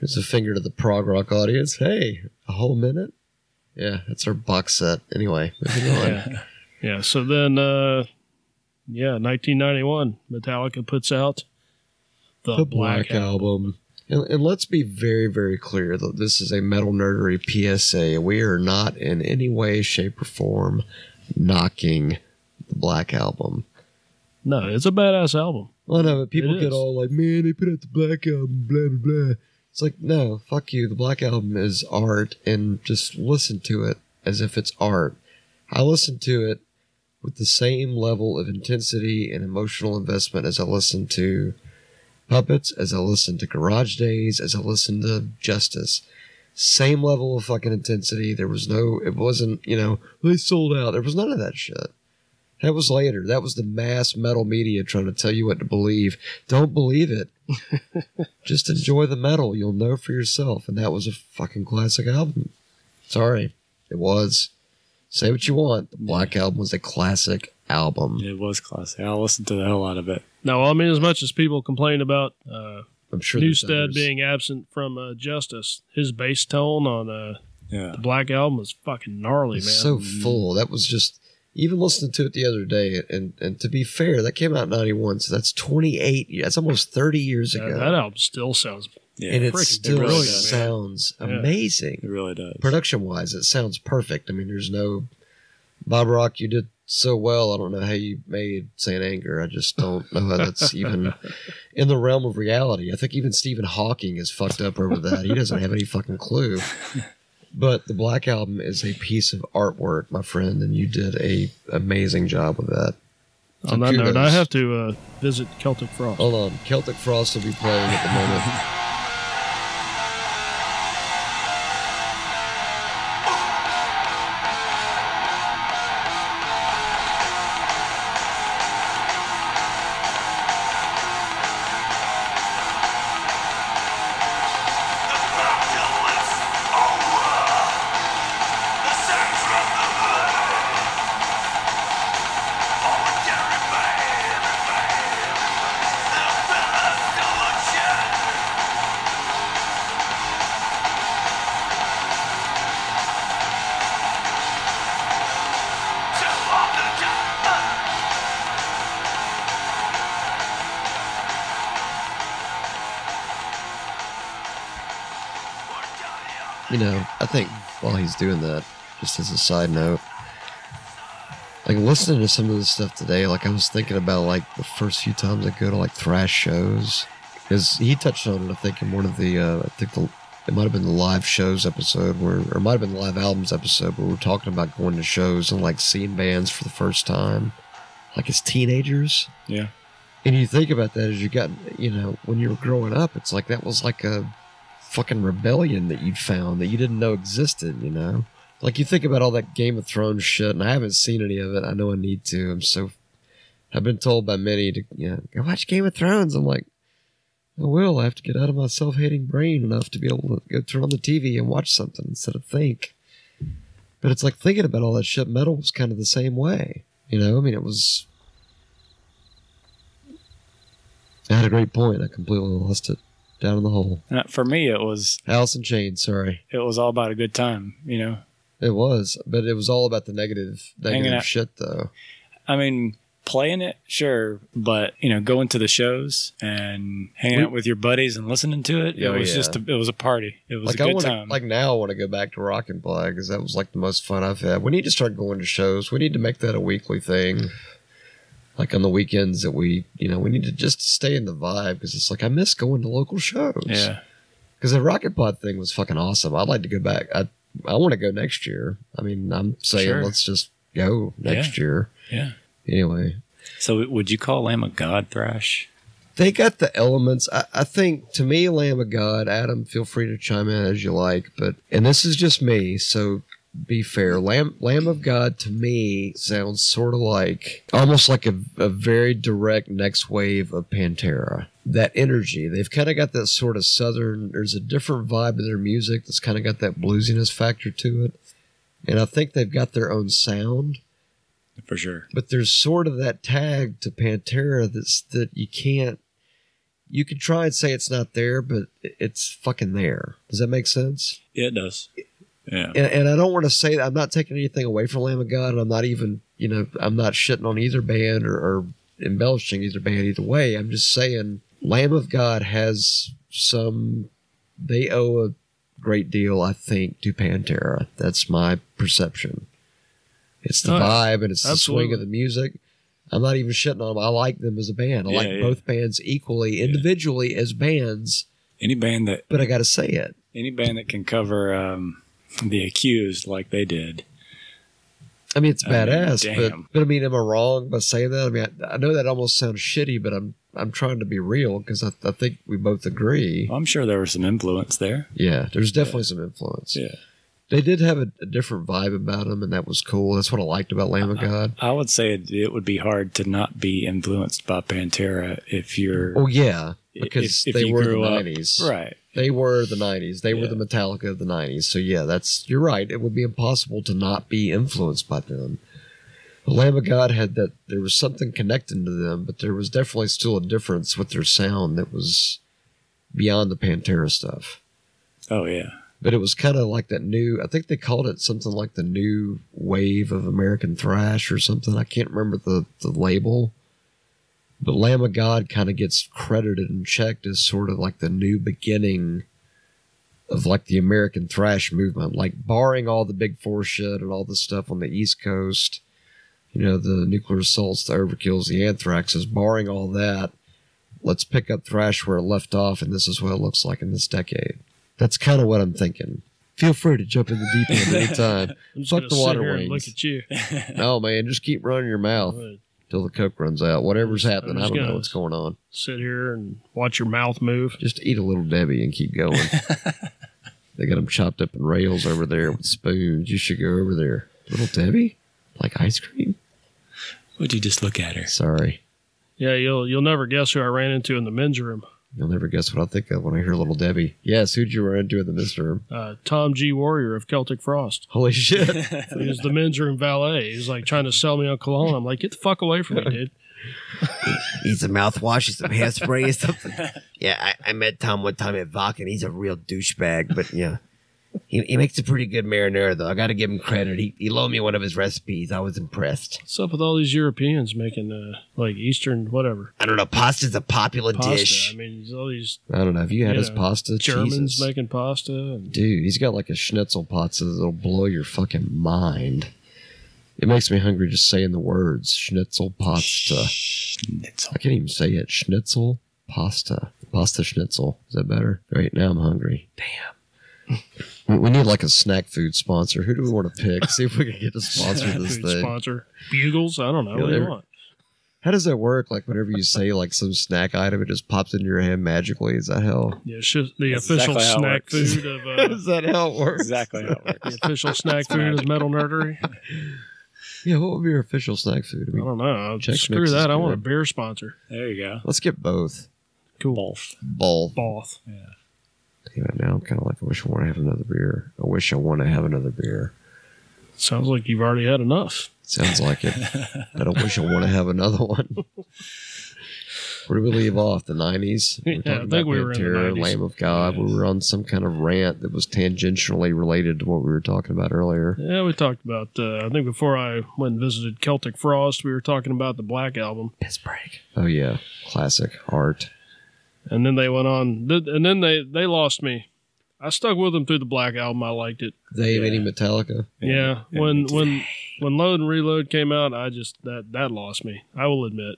Speaker 2: Here's a finger to the prog rock audience. Hey, a whole minute? Yeah, that's our box set. Anyway, moving on.
Speaker 1: Yeah. yeah. So then, uh, yeah, 1991, Metallica puts out The,
Speaker 2: the
Speaker 1: Black,
Speaker 2: Black, Album. And, and let's be very, very clear that this is a metal nerdery PSA. We are not in any way, shape, or form knocking the Black Album.
Speaker 1: No, it's a badass album.
Speaker 2: Well, no, but people
Speaker 1: It
Speaker 2: get
Speaker 1: is.
Speaker 2: all like, man, they put out the Black Album, blah, blah, blah. It's like, no, fuck you. The Black Album is art, and just listen to it as if it's art. I listen to it with the same level of intensity and emotional investment as I listen to Puppets, as I listen to Garage Days, as I listen to Justice. Same level of fucking intensity. There was no, it wasn't, you know, they sold out. There was none of that shit. That was later. That was the mass metal media trying to tell you what to believe. Don't believe it. Just enjoy the metal. You'll know for yourself. And that was a fucking classic album. Sorry. It was. Say what you want. The Black Album was a classic album.
Speaker 3: It was classic. I listened to the hell out of it.
Speaker 1: No, I mean, as much as people complain about uh,
Speaker 2: I'm sure there's
Speaker 1: Newstead
Speaker 2: others.
Speaker 1: being absent from uh, Justice, his bass tone on uh,
Speaker 3: Yeah.
Speaker 1: The Black Album was fucking gnarly, man.
Speaker 2: It's so full. That was just even listening to it the other day. And and to be fair, that came out in '91, so that's 28. years. That's almost 30 years
Speaker 1: that,
Speaker 2: ago.
Speaker 1: that album still sounds
Speaker 3: Yeah.
Speaker 2: and it
Speaker 1: freaking
Speaker 2: still
Speaker 1: really does, man.
Speaker 2: sounds
Speaker 1: Yeah.
Speaker 2: amazing.
Speaker 3: It really does.
Speaker 2: production wise, it sounds perfect. I mean, there's no Bob Rock. You did so well. I don't know how you made Saint Anger. I just don't know how that's even in the realm of reality. I think even Stephen Hawking is fucked up over that. He doesn't have any fucking clue. But the Black Album is a piece of artwork, my friend, and you did a amazing job with that.
Speaker 1: On that note, I
Speaker 2: Kudos.
Speaker 1: have to uh, visit Celtic Frost.
Speaker 2: Hold on, Celtic Frost will be playing at the moment. You know, I think while he's doing that, just as a side note, like listening to some of this stuff today, like I was thinking about like the first few times I go to like thrash shows, because he touched on it, I think, in one of the, uh, I think the, it might have been the live shows episode where, or it might have been the live albums episode where we were talking about going to shows and like seeing bands for the first time, like as teenagers.
Speaker 3: Yeah.
Speaker 2: And you think about that as you got, you know, when you were growing up, it's like that was like a fucking rebellion that you found that you didn't know existed, you know? Like you think about all that Game of Thrones shit, and I haven't seen any of it. I know I need to. I'm so. I've been told by many to, you know, go watch Game of Thrones. I'm like, I will. I have to get out of my self hating brain enough to be able to go turn on the TV and watch something instead of think. But it's like thinking about all that shit. Metal was kind of the same way, you know? I mean, it was I had a great point. I completely lost it. Down in the hole.
Speaker 3: And for me, it was
Speaker 2: Alice in Chains, sorry.
Speaker 3: it was all about a good time. You know,
Speaker 2: It was, but it was all about the negative,
Speaker 3: Hanging
Speaker 2: negative
Speaker 3: out.
Speaker 2: shit, though.
Speaker 3: I mean, playing it, sure, but you know, going to the shows and hanging out with your buddies and listening to it,
Speaker 2: Oh,
Speaker 3: it was
Speaker 2: yeah.
Speaker 3: just a, it was a party. It was
Speaker 2: like
Speaker 3: a
Speaker 2: I
Speaker 3: good
Speaker 2: want to,
Speaker 3: time.
Speaker 2: like now, I want to go back to Rock and Black because that was like the most fun I've had. We need to start going to shows. We need to make that a weekly thing. Like on the weekends that we, you know, we need to just stay in the vibe because it's like I miss going to local shows.
Speaker 3: yeah,
Speaker 2: Because the Rocket Pod thing was fucking awesome. I'd like to go back. I I want to go next year. I mean, I'm saying
Speaker 3: Sure.
Speaker 2: let's just go next year.
Speaker 3: yeah.
Speaker 2: Anyway,
Speaker 3: So, would you call Lamb a god thrash?
Speaker 2: they got the elements. I, I think to me, Lamb of God, Adam, feel free to chime in as you like, but and this is just me, so be fair. Lamb Lamb of God to me sounds sort of like almost like a, a very direct next wave of Pantera. That energy. They've kind of got that sort of southern there's a different vibe to their music that's kind of got that bluesiness factor to it. And I think they've got their own sound
Speaker 3: For sure.
Speaker 2: but there's sort of that tag to Pantera that's that you can't. You can try and say it's not there, but it- it's fucking there. Does that make sense?
Speaker 3: Yeah, it does. Yeah,
Speaker 2: And, and I don't want to say I'm not taking anything away from Lamb of God, and I'm not even you know I'm not shitting on either band or, or embellishing either band either way. I'm just saying Lamb of God has some. They owe a great deal, I think, to Pantera. That's my perception. It's the
Speaker 1: Oh,
Speaker 2: vibe and it's the swing
Speaker 1: absolutely.
Speaker 2: of the music. I'm not even shitting on them. I like them as a band. I
Speaker 3: Yeah,
Speaker 2: like
Speaker 3: yeah.
Speaker 2: both bands equally, individually as bands.
Speaker 3: any band that
Speaker 2: But I got to say it.
Speaker 3: any band that can cover um, the accused like they did.
Speaker 2: I mean, it's
Speaker 3: I mean,
Speaker 2: badass, but
Speaker 3: damn.
Speaker 2: but I mean, am I wrong by saying that? I mean, I, I know that almost sounds shitty, but I'm I'm trying to be real because I, I think we both agree.
Speaker 3: I'm sure there was some influence there.
Speaker 2: Yeah, there's definitely some influence.
Speaker 3: Yeah.
Speaker 2: They did have a, a different vibe about them, and that was cool. That's what I liked about Lamb of
Speaker 3: Uh-huh.
Speaker 2: God.
Speaker 3: I would say it, it would be hard to not be influenced by Pantera if you're
Speaker 2: Well, yeah,
Speaker 3: if-
Speaker 2: because
Speaker 3: if
Speaker 2: they
Speaker 3: you
Speaker 2: were the
Speaker 3: grew up-
Speaker 2: '90s.
Speaker 3: right.
Speaker 2: They were the '90s. They were
Speaker 3: Yeah.
Speaker 2: the Metallica of the '90s. So yeah, that's you're right. It would be impossible to not be influenced by them. The Lamb of God had that. There was something connecting to them, but there was definitely still a difference with their sound that was beyond the Pantera stuff.
Speaker 3: Oh yeah,
Speaker 2: But it was kind of like that new. I think they called it something like the new wave of American thrash or something. I can't remember the the label. But Lamb of God kind of gets credited and checked as sort of like the new beginning of like the American thrash movement, like barring all the big four shit and all the stuff on the East Coast, you know, the nuclear assaults, the overkills, the anthraxes, barring all that, let's pick up thrash where it left off, and this is what it looks like in this decade. That's kind of what I'm thinking. Feel free to jump in the deep end anytime.
Speaker 1: I'm just
Speaker 2: Fuck
Speaker 1: gonna
Speaker 2: the
Speaker 1: sit
Speaker 2: water
Speaker 1: here and
Speaker 2: wings.
Speaker 1: look at you.
Speaker 2: No, man, just keep running your mouth
Speaker 1: I'm
Speaker 2: till the coke runs out. Whatever's happening, I
Speaker 1: just
Speaker 2: don't know
Speaker 1: gonna-
Speaker 2: what's going on.
Speaker 1: gonna Sit here and watch your mouth move.
Speaker 2: Just eat a little Debbie and keep going. they got them chopped up in rails over there with spoons. You should go over there. Little Debbie? Like ice cream?
Speaker 3: would you just look at her?
Speaker 2: Sorry.
Speaker 1: Yeah, you'll you'll never guess who I ran into in the men's room.
Speaker 2: You'll never guess what I think of when I hear Little Debbie. Yes, who'd you run into in the men's room?
Speaker 1: Uh, Tom G. Warrior of Celtic Frost.
Speaker 2: Holy shit.
Speaker 1: He was the men's room valet. He's like trying to sell me on cologne. I'm like, get the fuck away from me, dude.
Speaker 4: Need some mouthwash, and some hairspray, or something. Yeah, I, I met Tom one time at Vaca, and he's a real douchebag. But yeah, he, he makes a pretty good marinara, though. I got to give him credit. He, he loaned me one of his recipes. I was impressed.
Speaker 1: What's up with all these Europeans making uh, like Eastern whatever
Speaker 4: I don't know. Pasta's a popular
Speaker 1: pasta?
Speaker 4: dish.
Speaker 1: I mean, there's all these
Speaker 2: I don't know. Have you had
Speaker 1: You
Speaker 2: his
Speaker 1: know,
Speaker 2: pasta?
Speaker 1: Germans
Speaker 2: Jesus.
Speaker 1: making pasta. And
Speaker 2: Dude, he's got like a schnitzel pasta that'll blow your fucking mind. It makes me hungry just saying the words schnitzel pasta.
Speaker 3: Schnitzel.
Speaker 2: I can't even say it. Schnitzel pasta. Pasta schnitzel. Is that better? Right now I'm hungry. Damn. We- We need like a snack food sponsor. Who do we want to pick? See if we can get to sponsor this
Speaker 1: food
Speaker 2: thing.
Speaker 1: sponsor bugles. I don't know.
Speaker 2: Yeah,
Speaker 1: what do you
Speaker 2: they're-
Speaker 1: want?
Speaker 2: How does that work? Like whenever you say like some snack item, it just pops into your hand magically. Is that how?
Speaker 1: Yeah, it's just the
Speaker 3: That's
Speaker 1: official
Speaker 3: exactly how it
Speaker 1: snack
Speaker 3: works.
Speaker 1: food of uh,
Speaker 2: Is that how it works?
Speaker 3: Exactly. How it works.
Speaker 1: the official snack food of metal nerdery. I
Speaker 2: Yeah. What would be your official snack food? I mean,
Speaker 1: don't know.
Speaker 2: Chex
Speaker 1: Screw
Speaker 2: Mix is
Speaker 1: that. I want a
Speaker 2: good.
Speaker 1: beer sponsor.
Speaker 3: There you go.
Speaker 2: let's get both.
Speaker 1: Cool.
Speaker 3: Both.
Speaker 2: Both.
Speaker 1: Both.
Speaker 2: Even now, I'm kind of like, I wish I want to have another beer. I wish I want to have another beer.
Speaker 1: Sounds like you've already had enough.
Speaker 2: Sounds like it. but I wish I want to have another one. Where do we leave off? The nineties.
Speaker 1: Yeah, I think we were in the 90s.
Speaker 2: Lamb of God. We were on some kind of rant that was tangentially related to what we were talking about earlier.
Speaker 1: Yeah, we talked about. Uh, I think before I went and visited Celtic Frost, we were talking about the Black album,
Speaker 4: Piss break.
Speaker 2: Oh yeah, classic art.
Speaker 1: and then they went on, th- and then they they lost me. I stuck with them through the Black album. I liked it.
Speaker 2: They
Speaker 3: Yeah.
Speaker 2: any Metallica.
Speaker 1: Yeah,
Speaker 3: Yeah,
Speaker 1: when
Speaker 3: me too.
Speaker 1: when when Load and Reload came out, I just that that lost me. I will admit,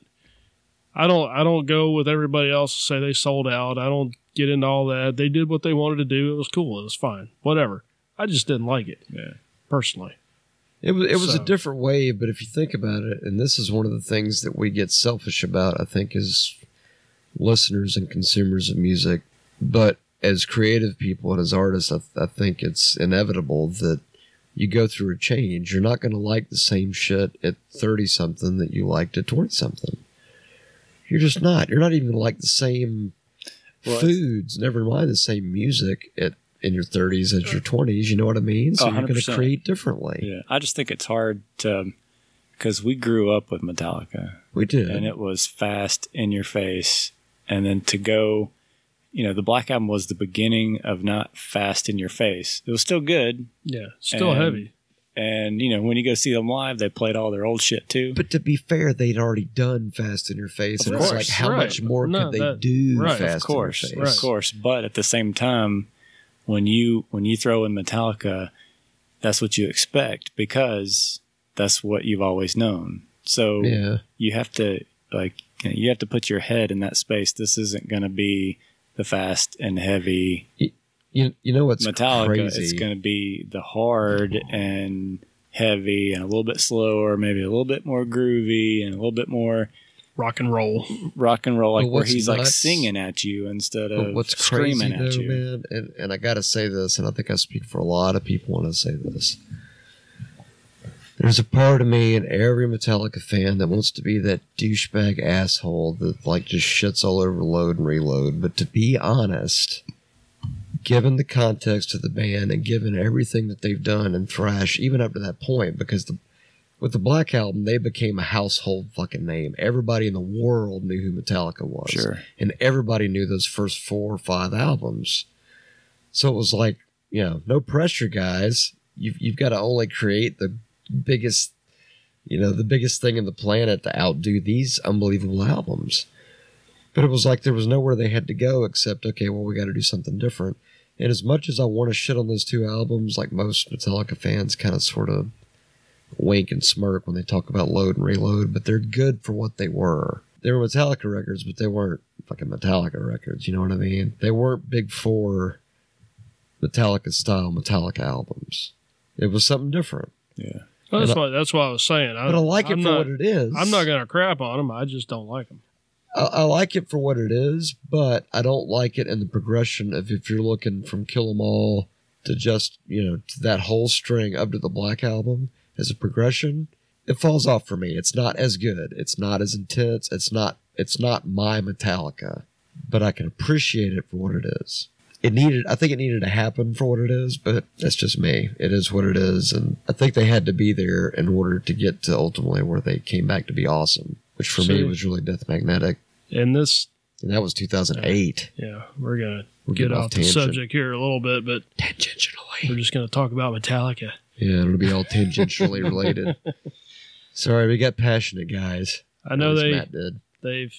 Speaker 1: I don't I don't go with everybody else to say they sold out. I don't get into all that. They did what they wanted to do. It was cool. It was fine. Whatever. I just didn't like it.
Speaker 3: Yeah.
Speaker 1: personally.
Speaker 2: It was it was
Speaker 1: So-
Speaker 2: a different wave, but if you think about it, and this is one of the things that we get selfish about, I think, as listeners and consumers of music, but as creative people and as artists, I, I think it's inevitable that you go through a change. You're not going to like the same shit at thirty something that you liked at twenty something. You're just not. You're not even gonna like the same
Speaker 3: Well, it's-
Speaker 2: foods. Never mind the same music at in your thirties as your twenties. You know what I mean? So
Speaker 3: Oh,
Speaker 2: you're going to
Speaker 3: 100%.
Speaker 2: create differently.
Speaker 3: Yeah, I just think it's hard to because we grew up with Metallica
Speaker 2: We did.
Speaker 3: and it was fast in your face, and then to go, you know, the Black Album was the beginning of not fast in your face. It was still good,
Speaker 1: Yeah, still
Speaker 3: And-
Speaker 1: heavy.
Speaker 3: and you know when you go see them live, they played all their old shit too.
Speaker 2: But to be fair, they'd already done Fast in Your Face,
Speaker 3: Of
Speaker 2: and
Speaker 3: course,
Speaker 2: it's like how
Speaker 1: right.
Speaker 2: much more
Speaker 1: No,
Speaker 2: could they
Speaker 1: that-
Speaker 2: do?
Speaker 1: right, of
Speaker 2: Fast
Speaker 3: of course,
Speaker 2: in Your
Speaker 1: right.
Speaker 2: Face?
Speaker 3: of course. But at the same time, when you when you throw in Metallica, that's what you expect because that's what you've always known. So
Speaker 2: Yeah,
Speaker 3: you have to like you, know, you have to put your head in that space. This isn't going to be the fast and heavy
Speaker 2: you, you know what's
Speaker 3: Metallica.
Speaker 2: crazy?
Speaker 3: It's going to be the hard and heavy and a little bit slower, maybe a little bit more groovy and a little bit more
Speaker 1: Rock and roll.
Speaker 3: rock and roll, like
Speaker 2: But
Speaker 3: where
Speaker 2: what's
Speaker 3: he's like
Speaker 2: nuts-
Speaker 3: singing at you instead
Speaker 2: But
Speaker 3: of
Speaker 2: what's crazy
Speaker 3: screaming at
Speaker 2: though,
Speaker 3: you.
Speaker 2: man, and, and I gotta say this, and I think I speak for a lot of people when I say this. There's a part of me and every Metallica fan that wants to be that douchebag asshole that like just shits all over load and reload. But to be honest, given the context of the band and given everything that they've done in thrash, even up to that point, because the with the Black Album, they became a household fucking name. Everybody in the world knew who Metallica was
Speaker 3: Sure.
Speaker 2: and everybody knew those first four or five albums. So it was like, you know, no pressure, guys. You've you've got to only create the biggest, you know, the biggest thing in the planet to outdo these unbelievable albums. But it was like there was nowhere they had to go except, okay, well, we got to do something different. And as much as I want to shit on those two albums, like most Metallica fans kind of sort of wink and smirk when they talk about load and reload, but they're good for what they were. They were Metallica records, but they weren't fucking Metallica records. You know what I mean? They weren't big four Metallica style Metallica albums. It was something different.
Speaker 1: Well, that's
Speaker 2: And
Speaker 1: why. That's why I was saying. I,
Speaker 2: But I like it
Speaker 1: I'm
Speaker 2: for
Speaker 1: not,
Speaker 2: what it is.
Speaker 1: I'm not gonna crap on them. I just don't like them.
Speaker 2: I, I like it for what it is, but I don't like it in the progression of if you're looking from Kill 'Em All to just you know to that whole string up to the Black Album as a progression. It falls off for me. It's not as good. It's not as intense. It's not. It's not my Metallica, but I can appreciate it for what it is. It needed. I think it needed to happen for what it is, but that's just me. It is what it is, and I think they had to be there in order to get to ultimately where they came back to be awesome, which for me
Speaker 1: See.
Speaker 2: was really Death Magnetic.
Speaker 1: And this,
Speaker 2: And that was 2008.
Speaker 1: yeah, we're gonna
Speaker 2: We're
Speaker 1: get
Speaker 2: getting
Speaker 1: off, the
Speaker 2: tangent.
Speaker 1: subject here a little bit, but
Speaker 2: Tangentially.
Speaker 1: we're just gonna talk about Metallica.
Speaker 2: Yeah, it'll be all tangentially related. Sorry, we got passionate, guys.
Speaker 1: I know
Speaker 2: At least
Speaker 1: they
Speaker 2: Matt did.
Speaker 1: they've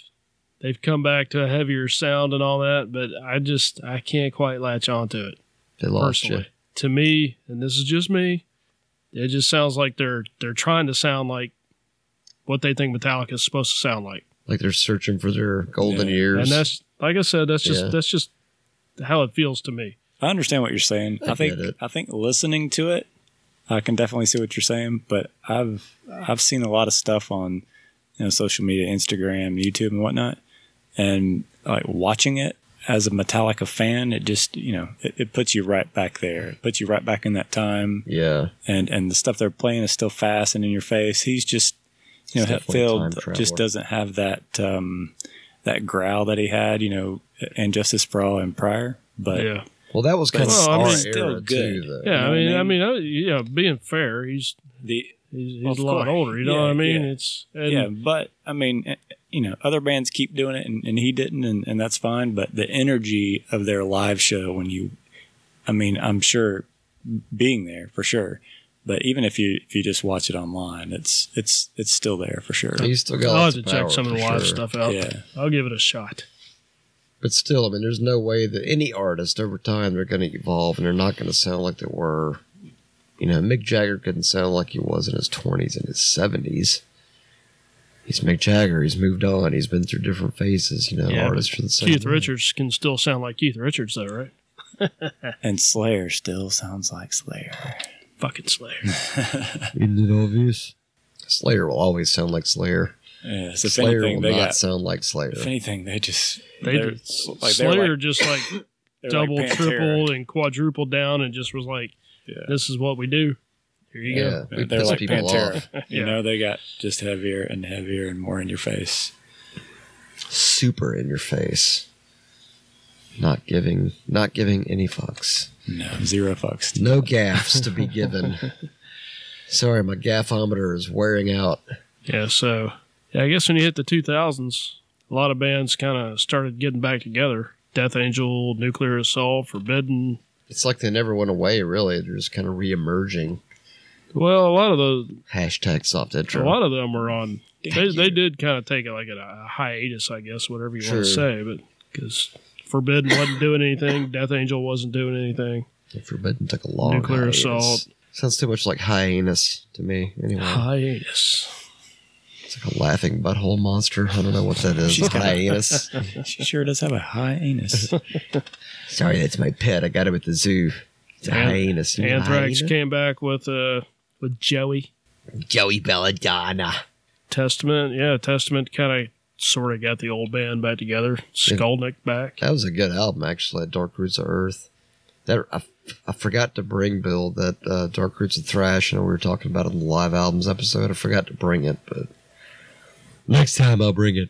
Speaker 1: they've come back to a heavier sound and all that, but I just I can't quite latch onto it
Speaker 2: They lost
Speaker 1: personally. To me, and this is just me, it just sounds like they're they're trying to sound like what they think Metallica is supposed to sound like.
Speaker 2: you. Like they're searching for their golden
Speaker 3: Yeah.
Speaker 2: years.
Speaker 1: and that's like I said, that's just
Speaker 2: Yeah.
Speaker 1: that's just how it feels to me.
Speaker 3: I understand what you're saying.
Speaker 2: I
Speaker 3: I, think
Speaker 2: get it.
Speaker 3: I think listening to it, I can definitely see what you're saying. But I've I've seen a lot of stuff on you know social media, Instagram, YouTube, and whatnot, and like watching it as a Metallica fan, it just you know it, it puts you right back there. It puts you right back in that time,
Speaker 2: yeah.
Speaker 3: and and the stuff they're playing is still fast and in your face. He's just you know
Speaker 2: He's definitely a time
Speaker 3: Hetfield just
Speaker 2: traveler.
Speaker 3: doesn't have that um, that growl that he had. You know, and Justice for All and Prior, but.
Speaker 1: yeah.
Speaker 2: Well, that was kind
Speaker 1: But
Speaker 2: of
Speaker 1: it's-
Speaker 2: our
Speaker 1: I mean,
Speaker 2: era
Speaker 3: it's still
Speaker 2: too,
Speaker 3: good.
Speaker 2: though.
Speaker 1: Yeah, I
Speaker 3: You
Speaker 1: mean,
Speaker 3: know
Speaker 1: I
Speaker 3: what
Speaker 1: mean, I yeah. Being fair, he's
Speaker 3: The
Speaker 1: he's,
Speaker 3: Well,
Speaker 1: he's a
Speaker 3: of
Speaker 1: lot
Speaker 3: course.
Speaker 1: older. You know
Speaker 3: Yeah,
Speaker 1: what I mean?
Speaker 3: yeah.
Speaker 1: It's and
Speaker 3: yeah, but I mean, eh, you know, other bands keep doing it and, and he didn't, and, and that's fine. But the energy of their live show when you, I mean, I'm sure being there for sure. But even if you if you just watch it online, it's it's it's still there for sure.
Speaker 2: He's still got.
Speaker 1: I'll have
Speaker 2: lots
Speaker 1: to
Speaker 2: of
Speaker 1: check
Speaker 2: power,
Speaker 1: some of the
Speaker 2: for
Speaker 1: live
Speaker 2: sure.
Speaker 1: stuff out.
Speaker 3: Yeah.
Speaker 1: I'll give it a shot.
Speaker 2: But still, I mean, there's no way that any artist over time they're going to evolve and they're not going to sound like they were. You know, Mick Jagger couldn't sound like he was in his 20s and his 70s. He's Mick Jagger. He's moved on. He's been through different phases. You know,
Speaker 1: Yeah,
Speaker 2: artists are the same.
Speaker 1: Keith
Speaker 2: way.
Speaker 1: Richards can still sound like Keith Richards, though, right?
Speaker 3: And Slayer still sounds like Slayer.
Speaker 1: Fucking Slayer.
Speaker 2: Isn't it obvious? Slayer will always sound like Slayer.
Speaker 3: Yes, if
Speaker 2: Slayer
Speaker 3: anything,
Speaker 2: will
Speaker 3: they
Speaker 2: not
Speaker 3: got.
Speaker 2: sound like Slayer.
Speaker 3: If anything, they just
Speaker 1: They
Speaker 3: they're
Speaker 1: did,
Speaker 3: like- they're
Speaker 1: Slayer
Speaker 3: like-
Speaker 1: just like
Speaker 3: they're like
Speaker 1: double,
Speaker 3: Pantera.
Speaker 1: triple, and quadrupled down, and just was like,
Speaker 3: Yeah.
Speaker 1: "This is what we do." Here you go.
Speaker 2: yeah, we
Speaker 3: They're
Speaker 2: piss
Speaker 3: like
Speaker 2: people
Speaker 3: Pantera.
Speaker 2: off.
Speaker 3: You
Speaker 1: Yeah.
Speaker 3: know, they got just heavier and heavier and more in your face.
Speaker 2: Super in your face. Not giving, not giving any fucks.
Speaker 3: No, zero fucks.
Speaker 2: No gaffs to be given. Sorry, my gaffometer is wearing out.
Speaker 1: Yeah, so yeah, I guess when you hit the 2000s, a lot of bands kind of started getting back together. Death Angel, Nuclear Assault, Forbidden.
Speaker 2: It's like they never went away, really. They're just kind of reemerging.
Speaker 1: Well, a lot of the
Speaker 2: Hashtag soft
Speaker 1: a
Speaker 2: intro.
Speaker 1: lot of them were on. They,
Speaker 2: you.
Speaker 1: they did kind of take it like a, a hiatus, I guess, whatever you want to say,
Speaker 2: Sure.
Speaker 1: but because Forbidden wasn't doing anything, Death Angel wasn't doing anything.
Speaker 2: The Forbidden took a long
Speaker 1: Nuclear
Speaker 2: hiatus.
Speaker 1: assault.
Speaker 2: Sounds too much like hyenas to me. Anyway,
Speaker 1: Hiatus.
Speaker 2: it's like a laughing butthole monster. I don't know what that is.
Speaker 3: She's got-
Speaker 2: hyenas.
Speaker 3: She sure does have a high anus.
Speaker 2: Sorry, that's my pet. I got him at the zoo. It's a
Speaker 1: An-
Speaker 2: hyenas. You know
Speaker 1: Anthrax
Speaker 2: hyena?
Speaker 1: came back with uh with Joey
Speaker 4: Joey Belladonna.
Speaker 1: Testament. Yeah, Testament kind of sort of got the old band back together. Skolnick back.
Speaker 2: That was a good album, actually. Dark Roots of Earth. That I, I forgot to bring Bill that uh, Dark Roots of Thrash. You know, we were talking about it in the live albums episode. I forgot to bring it, but next time I'll bring it.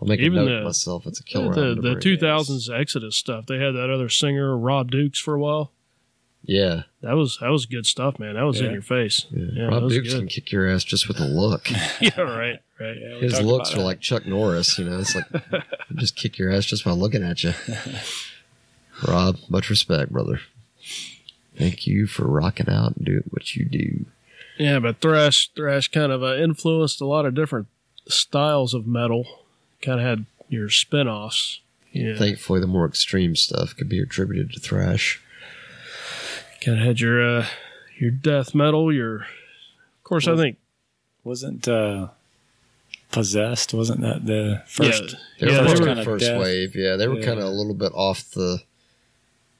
Speaker 2: I'll make
Speaker 1: Even
Speaker 2: a note
Speaker 1: the-
Speaker 2: to myself. It's a killer.
Speaker 1: The,
Speaker 2: album to
Speaker 1: the
Speaker 2: bring.
Speaker 1: 2000s Exodus stuff. They had that other singer Rob Dukes for a while.
Speaker 2: Yeah,
Speaker 1: That was that was good stuff, man. That was in
Speaker 3: Yeah.
Speaker 1: your face. Yeah, that
Speaker 2: Rob
Speaker 1: was
Speaker 2: Dukes can
Speaker 1: good.
Speaker 2: kick your ass just with a look.
Speaker 1: yeah, right, right.
Speaker 3: Yeah, we
Speaker 2: His
Speaker 3: talked
Speaker 2: looks
Speaker 3: about
Speaker 2: are
Speaker 3: that.
Speaker 2: like Chuck Norris. You know, it's like just kick your ass just by looking at you. Rob, much respect, brother. Thank you for rocking out and doing what you do.
Speaker 1: Yeah, but thrash thrash kind of uh, influenced a lot of different styles of metal. Kind of had your spin-offs. Yeah,
Speaker 2: Thankfully, the more extreme stuff could be attributed to thrash.
Speaker 1: kind of had your uh, your death metal. Your, of course, I think
Speaker 3: wasn't uh, possessed. Wasn't that the first?
Speaker 2: They
Speaker 1: Yeah,
Speaker 2: were
Speaker 1: they
Speaker 2: first,
Speaker 1: were
Speaker 2: kinda
Speaker 3: kinda
Speaker 2: first
Speaker 3: death.
Speaker 2: wave. Yeah, they were
Speaker 3: Yeah.
Speaker 2: kind of a little bit off the.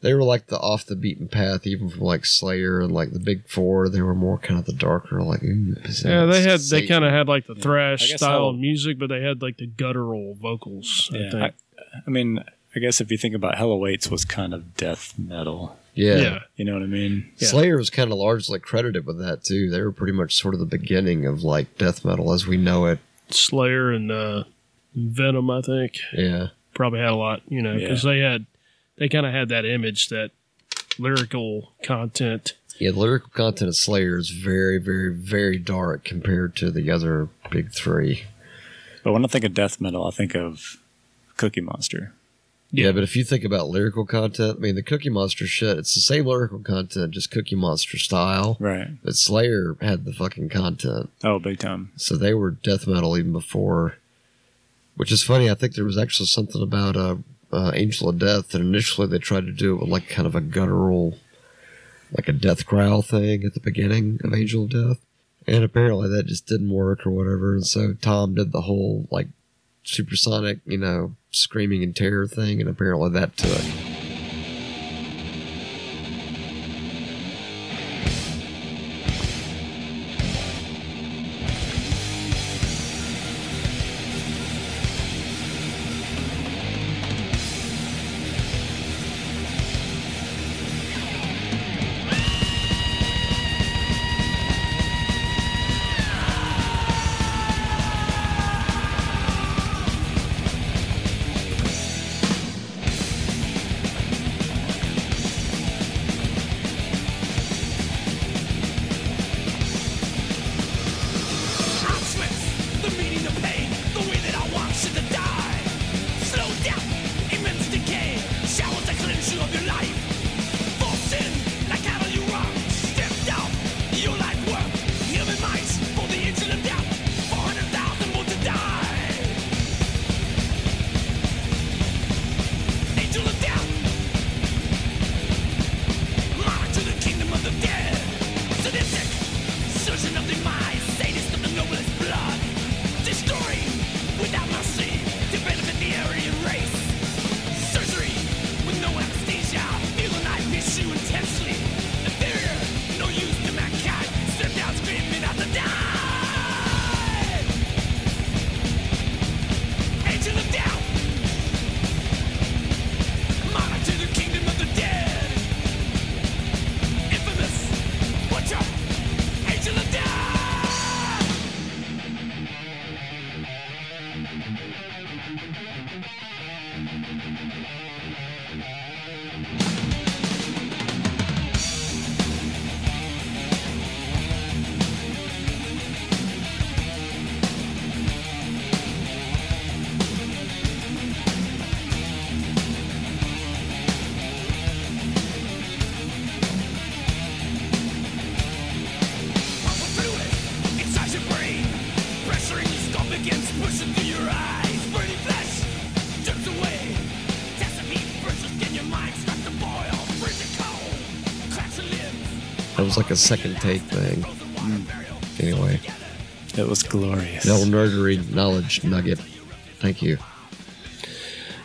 Speaker 2: They were like the off the beaten path, even from like Slayer and like the Big Four. They were more kind of the darker, like ooh,
Speaker 1: yeah, they had they
Speaker 2: Satan.
Speaker 1: kind of had like the
Speaker 3: Yeah.
Speaker 1: thrash
Speaker 3: I guess
Speaker 1: style
Speaker 3: I'll-
Speaker 1: of music, but they had like the guttural vocals. I
Speaker 3: Yeah,
Speaker 1: think.
Speaker 3: I, I mean, I guess if you think about Hell Awaits was kind of death metal.
Speaker 2: yeah.
Speaker 1: yeah,
Speaker 3: You know what I mean?
Speaker 1: Yeah.
Speaker 2: Slayer was kind of largely credited with that too. They were pretty much sort of the beginning of like death metal as we know it.
Speaker 1: Slayer and uh, Venom, I think,
Speaker 2: Yeah,
Speaker 1: probably had a lot, you know, because they had they kind of had that image that lyrical content.
Speaker 2: yeah. The lyrical content of Slayer is very, very, very dark compared to the other big three.
Speaker 3: But when I think of death metal, I think of Cookie Monster.
Speaker 1: Yeah.
Speaker 2: Yeah. but if you think about lyrical content, I mean, the Cookie Monster shit, it's the same lyrical content, just Cookie Monster style.
Speaker 3: Right.
Speaker 2: But Slayer had the fucking content.
Speaker 3: Oh, big time.
Speaker 2: So they were death metal even before, which is funny. I think there was actually something about uh, uh, Angel of Death that initially they tried to do it with like kind of a guttural, like a death growl thing at the beginning of Angel of Death. And apparently that just didn't work or whatever. And so Tom did the whole like supersonic, you know, screaming in terror thing. And apparently that took. That was like a second take thing. Anyway,
Speaker 3: It was glorious.
Speaker 2: little nerdery knowledge nugget. Thank you.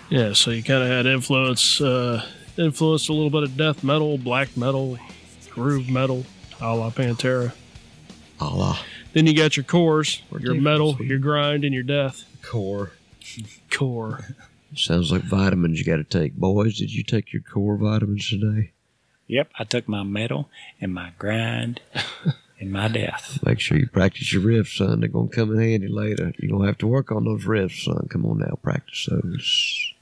Speaker 1: Yeah, so you kind of had influence, uh, influenced a little bit of death metal, black metal, groove metal, a la Pantera.
Speaker 2: Allah.
Speaker 1: Then you got your cores,
Speaker 2: Or
Speaker 1: your
Speaker 2: Dave
Speaker 1: metal,
Speaker 2: Grohl.
Speaker 1: your grind, and your death
Speaker 2: Core.
Speaker 1: core.
Speaker 2: Sounds like vitamins you got to take. Boys, did you take your core vitamins today?
Speaker 3: Yep, I took my metal and my grind and my death.
Speaker 2: Make sure you practice your riffs, son. They're going to come in handy later. You're going to have to work on those riffs, son. Come on now, practice those.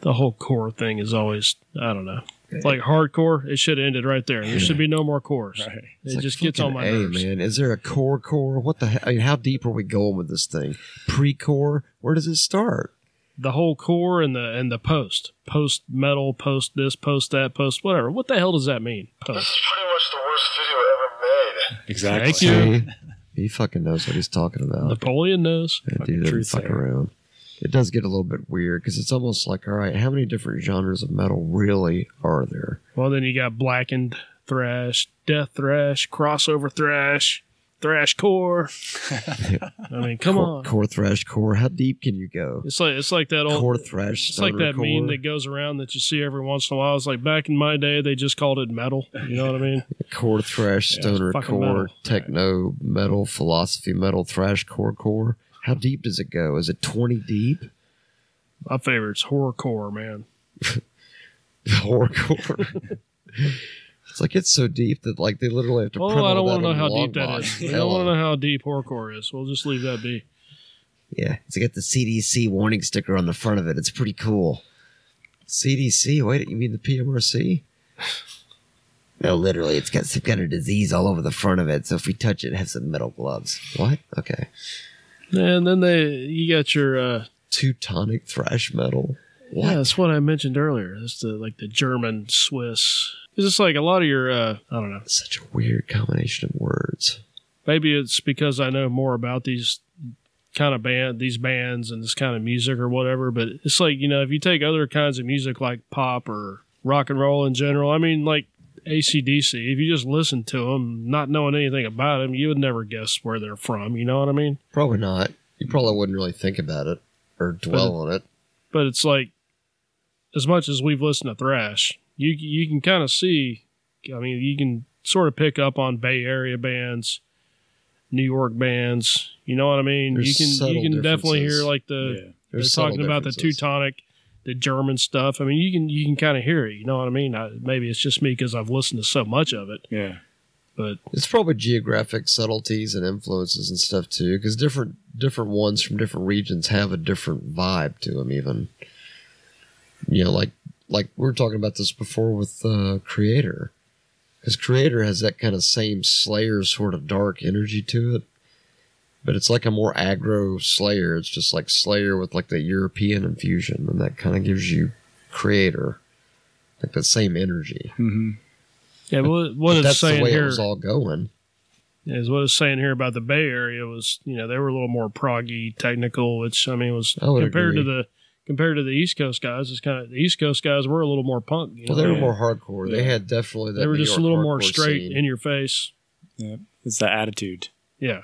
Speaker 1: The whole core thing is always, I don't know. Like hardcore, it should have ended right there. There should be no more cores.
Speaker 3: Right.
Speaker 1: It
Speaker 2: like,
Speaker 1: just gets on
Speaker 2: fucking
Speaker 1: my
Speaker 2: A,
Speaker 1: nerves.
Speaker 2: man. Is there a core core? What the hell? I mean, how deep are we going with this thing? Pre core? Where does it start?
Speaker 1: The whole core and the and the post, post metal, post this, post that, post whatever. What the hell does that mean?
Speaker 5: This
Speaker 1: Post.
Speaker 5: is pretty much the worst video ever made.
Speaker 3: Exactly.
Speaker 1: Thank you.
Speaker 2: See? He fucking knows what he's talking about.
Speaker 1: Napoleon knows.
Speaker 2: That
Speaker 3: Fucking
Speaker 2: dude doesn't
Speaker 3: truth
Speaker 2: fuck
Speaker 3: serum.
Speaker 2: around. It does get a little bit weird because it's almost like, all right, how many different genres of metal really are there?
Speaker 1: Well, then you got blackened thrash, death thrash, crossover thrash, thrash core. I mean, come
Speaker 2: core,
Speaker 1: on.
Speaker 2: core thrash core. How deep can you go?
Speaker 1: It's like it's like that old
Speaker 2: core thrash.
Speaker 1: It's like that meme that goes around that you see every once in a while. It's like back in my day, they just called it metal. You know what I mean?
Speaker 2: core thrash
Speaker 1: Yeah, it's
Speaker 2: stoner
Speaker 1: fucking
Speaker 2: core
Speaker 1: metal.
Speaker 2: techno metal philosophy metal thrash core core. How deep does it go? Is it twenty deep?
Speaker 1: My favorite's horrorcore, man.
Speaker 2: Horrorcore. it's like it's so deep that like they literally have to. print
Speaker 1: Oh,
Speaker 2: all
Speaker 1: I don't
Speaker 2: want to
Speaker 1: know how deep that is. I don't want to know how deep horrorcore is. We'll just leave that be.
Speaker 4: Yeah, it's got the CDC warning sticker on the front of it. It's pretty cool.
Speaker 2: CDC. Wait, you mean the PMRC?
Speaker 4: No, literally, it's got some kind of disease all over the front of it. So if we touch it, have some metal gloves.
Speaker 2: What? Okay.
Speaker 1: And then they, you got your, uh,
Speaker 2: Teutonic thrash metal.
Speaker 1: yeah, that's what I mentioned earlier. That's the like the German Swiss. 'Cause it's like a lot of your, uh, I don't know.
Speaker 2: Such a weird combination of words.
Speaker 1: Maybe it's because I know more about these kind of band, these bands, and this kind of music or whatever. But it's like you know, if you take other kinds of music like pop or rock and roll in general, I mean, like ACDC. If you just listen to them, not knowing anything about them, you would never guess where they're from. You know what I mean?
Speaker 2: Probably not. You probably wouldn't really think about it or dwell on it.
Speaker 1: but it's like as much as we've listened to thrash you you can kind of see i mean you can sort of pick up on bay area bands new york bands you know what i mean
Speaker 2: There's
Speaker 1: you can
Speaker 2: subtle
Speaker 1: you can definitely hear
Speaker 2: differences.
Speaker 1: like the
Speaker 3: Yeah.
Speaker 1: they're
Speaker 2: There's
Speaker 1: talking
Speaker 2: subtle
Speaker 1: about the
Speaker 2: differences.
Speaker 1: teutonic the german stuff i mean you can you can kind of hear it you know what i mean I, maybe it's just me because i've listened to so much of it
Speaker 3: Yeah.
Speaker 1: but
Speaker 2: It's probably geographic subtleties and influences and stuff too, because different different ones from different regions have a different vibe to them. Even you know, like like we were talking about this before with uh, Creator, because Creator has that kind of same Slayer sort of dark energy to it, but it's like a more aggro Slayer. It's just like Slayer with like the European infusion, and that kind of gives you Creator like that same energy.
Speaker 3: Mm-hmm.
Speaker 1: yeah well, what
Speaker 2: But
Speaker 1: it's
Speaker 2: that's
Speaker 1: saying
Speaker 2: the way
Speaker 1: here
Speaker 2: it was all going.
Speaker 1: is what it's saying here about the Bay Area was, you know, they were a little more proggy, technical, which I mean was
Speaker 2: I would
Speaker 1: compared to
Speaker 2: agree.
Speaker 1: the compared to the East Coast guys. It's kind of the East Coast guys were a little more punk. You know?
Speaker 2: Well, they were
Speaker 3: Yeah.
Speaker 2: more hardcore. They had definitely that.
Speaker 1: They were
Speaker 2: New
Speaker 1: just a
Speaker 2: York
Speaker 1: little more
Speaker 2: hardcore
Speaker 1: straight
Speaker 2: scene.
Speaker 1: in your face.
Speaker 3: It's the attitude.
Speaker 1: Yeah,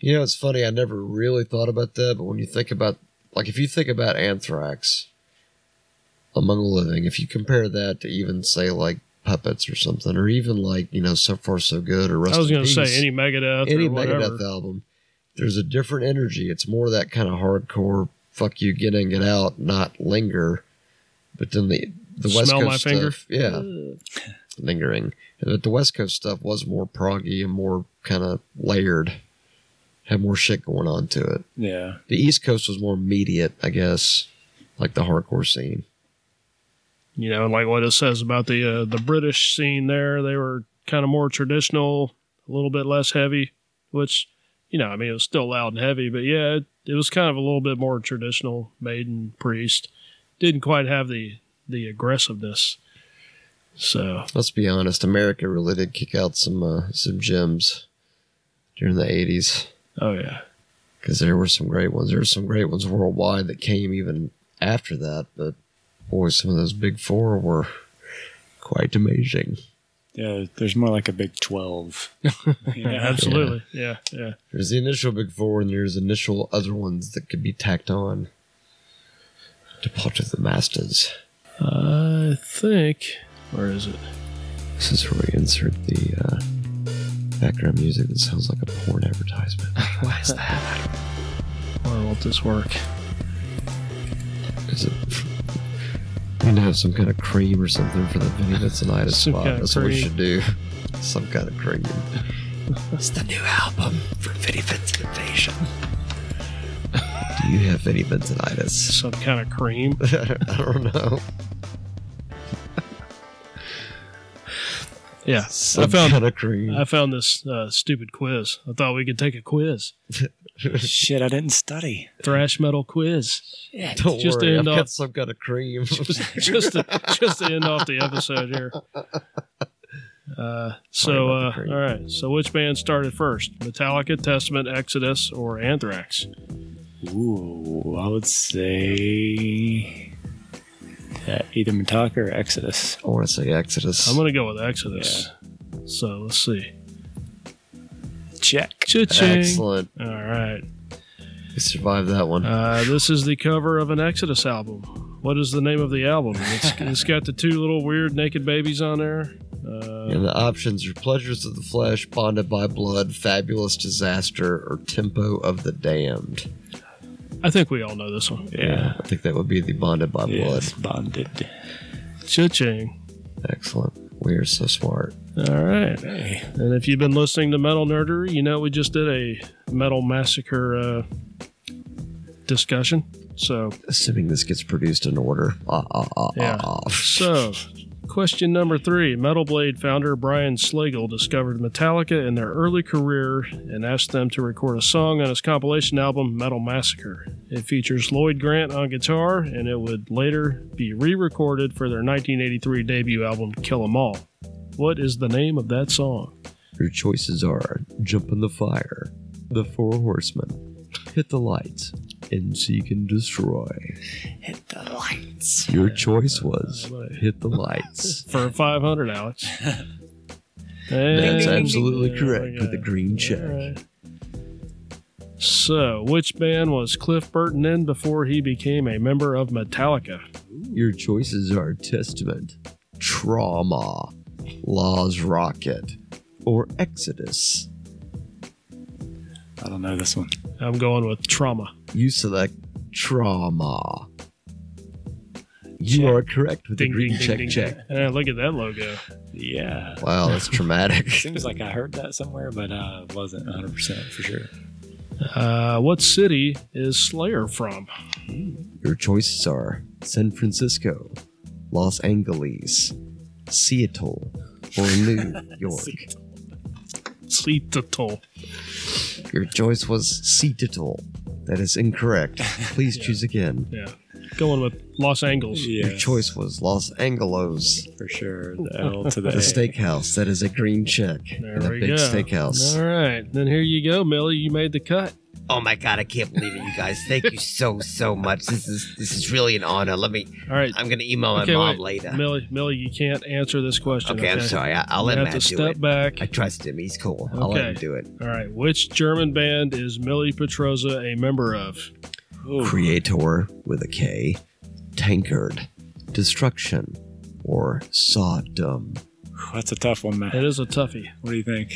Speaker 2: you know, it's funny. I never really thought about that, but when you think about, like, if you think about Anthrax among the living, if you compare that to even say like puppets or something, or even like you know, so far so good or Rust
Speaker 1: I was
Speaker 2: in
Speaker 1: going to
Speaker 2: Peace,
Speaker 1: say any Megadeth
Speaker 2: any
Speaker 1: or whatever.
Speaker 2: Megadeth album, there's a different energy. It's more that kind of hardcore. Fuck you, getting it out, not linger. But then the the West
Speaker 1: Smell
Speaker 2: Coast
Speaker 1: my finger.
Speaker 2: stuff, yeah.
Speaker 1: Uh,
Speaker 2: lingering. But the West Coast stuff was more proggy and more kind of layered. had more shit going on to it.
Speaker 3: Yeah.
Speaker 2: The East Coast was more immediate, I guess, like the hardcore scene.
Speaker 1: you know, like what it says about the uh, the British scene there. They were kind of more traditional, a little bit less heavy, which you know, I mean, it was still loud and heavy, but yeah, it, it was kind of a little bit more traditional. Maiden, Priest, didn't quite have the the aggressiveness. So
Speaker 2: Let's be honest, America really did kick out some uh, some gems during the '80s
Speaker 1: oh yeah,
Speaker 2: because there were some great ones. There were some great ones worldwide that came even after that, but boy, some of those big four were quite amazing.
Speaker 3: Yeah. There's more like a big 12. you know?
Speaker 1: absolutely, yeah, yeah.
Speaker 2: There's the initial big four, and there's initial other ones that could be tacked on. Departure of the Masters.
Speaker 1: I think where is it?
Speaker 2: This is where we insert the uh, background music that sounds like a porn advertisement. Why is that?
Speaker 1: Where won't this work?
Speaker 2: Is it? We need to have some kind of cream or something for the Vinny
Speaker 1: Some
Speaker 2: spot.
Speaker 1: kind of
Speaker 2: That's what we
Speaker 1: cream.
Speaker 2: should do. Some kind of cream.
Speaker 4: It's the new album from Vinny Vincent Invasion.
Speaker 2: Do you have Vinny Vincentitis?
Speaker 1: Some kind of cream.
Speaker 2: I don't know.
Speaker 1: Yeah,
Speaker 2: Some
Speaker 1: I found
Speaker 2: kind of cream.
Speaker 1: I found this uh, stupid quiz. I thought we could take a quiz,
Speaker 3: Shit. I didn't study.
Speaker 1: thrash metal quiz.
Speaker 2: don't
Speaker 1: just to
Speaker 2: worry, I've
Speaker 1: end
Speaker 2: got
Speaker 1: off-
Speaker 2: some kind of cream.
Speaker 1: just to, just to end off the episode here. Uh, so,
Speaker 2: about the
Speaker 1: uh,
Speaker 2: creep.
Speaker 1: all right. So, which band started first, Metallica, Testament, Exodus, or Anthrax?
Speaker 3: Ooh. I would say yeah, either Metallica or Exodus.
Speaker 2: I want to say Exodus.
Speaker 1: I'm gonna go with Exodus. So let's see.
Speaker 3: Check.
Speaker 1: Cha-ching. All
Speaker 2: Excellent.
Speaker 1: right.
Speaker 2: We survived that one.
Speaker 1: Uh, this is the cover of an Exodus album. What is the name of the album? It's, it's got the two little weird naked babies on there. Uh,
Speaker 2: and the options are Pleasures of the Flesh, Bonded by Blood, Fabulous Disaster, or Tempo of the Damned.
Speaker 1: I think we all know this one.
Speaker 3: Yeah.
Speaker 2: I think that would be the Bonded by
Speaker 3: Yes, bonded.
Speaker 1: Cha-ching.
Speaker 2: Blood. Excellent. We are so smart.
Speaker 1: All right.
Speaker 3: Hey.
Speaker 1: And if you've been listening to Metal Nerdery, you know we just did a Metal Massacre uh, discussion. So,
Speaker 2: Assuming this gets produced in order. Ah, ah, ah,
Speaker 1: Yeah.
Speaker 2: ah, ah.
Speaker 1: so question number three: Metal Blade founder Brian Slagle discovered Metallica in their early career and asked them to record a song on his compilation album Metal Massacre. It features Lloyd Grant on guitar, and it would later be re-recorded for their 1983 debut album Kill 'Em All. What is the name of that song?
Speaker 2: Your choices are Jump in the Fire, The Four Horsemen, Hit the Lights, and Seek and Destroy.
Speaker 3: Hit the lights.
Speaker 2: Your choice was
Speaker 1: uh,
Speaker 2: Hit the Lights.
Speaker 1: for 500 alex
Speaker 2: That's
Speaker 1: And-
Speaker 2: absolutely
Speaker 1: Yeah, oh
Speaker 2: correct with a
Speaker 1: yeah.
Speaker 2: green check.
Speaker 1: All right. so which band was cliff burton in before he became a member of metallica
Speaker 2: Your choices are Testament, Trauma, Law's Rocket, or Exodus.
Speaker 3: I don't know this one.
Speaker 1: i'm going with trauma
Speaker 2: You select Trauma. You
Speaker 3: Check.
Speaker 2: are correct with
Speaker 1: Ding,
Speaker 2: the green
Speaker 1: ding, ding,
Speaker 2: check
Speaker 1: ding.
Speaker 2: check.
Speaker 1: Eh, look at that logo
Speaker 3: Yeah.
Speaker 2: Wow, that's traumatic.
Speaker 3: Seems like I heard that somewhere, but uh, wasn't 100% for sure.
Speaker 1: uh, what city is slayer from
Speaker 2: Your choices are San Francisco, Los Angeles, Seattle, or New York.
Speaker 1: Seattle.
Speaker 2: Your choice was Seattle. That is incorrect. Please choose again.
Speaker 1: yeah going with los angeles
Speaker 3: Yeah.
Speaker 2: Your choice was Los Angelos.
Speaker 3: For sure. The L to the,
Speaker 2: The
Speaker 3: A.
Speaker 2: steakhouse. That is a green check.
Speaker 1: there
Speaker 2: and a
Speaker 1: we
Speaker 2: big
Speaker 1: go
Speaker 2: steakhouse.
Speaker 1: all right then here you go millie you made the cut
Speaker 4: Oh my god, I can't believe it, you guys. Thank you so so much. This is this is really an honor. Let me.
Speaker 1: all right
Speaker 4: I'm gonna email my
Speaker 1: Okay,
Speaker 4: mom
Speaker 1: wait.
Speaker 4: later.
Speaker 1: Millie, Millie, you can't answer this question.
Speaker 4: okay, I'm sorry. I, I'll let
Speaker 1: you
Speaker 4: him
Speaker 1: have to
Speaker 4: do
Speaker 1: step
Speaker 4: it.
Speaker 1: back.
Speaker 4: I trust him. He's cool. I'll let him
Speaker 1: Okay.
Speaker 4: do it.
Speaker 1: All right. Which German band is Millie Petroza a member of?
Speaker 3: Ooh.
Speaker 2: Creator with a K. Tankard. Destruction. Or Sodom.
Speaker 3: That's a tough one,
Speaker 1: That
Speaker 3: Matt.
Speaker 1: is a toughie.
Speaker 3: What do you think?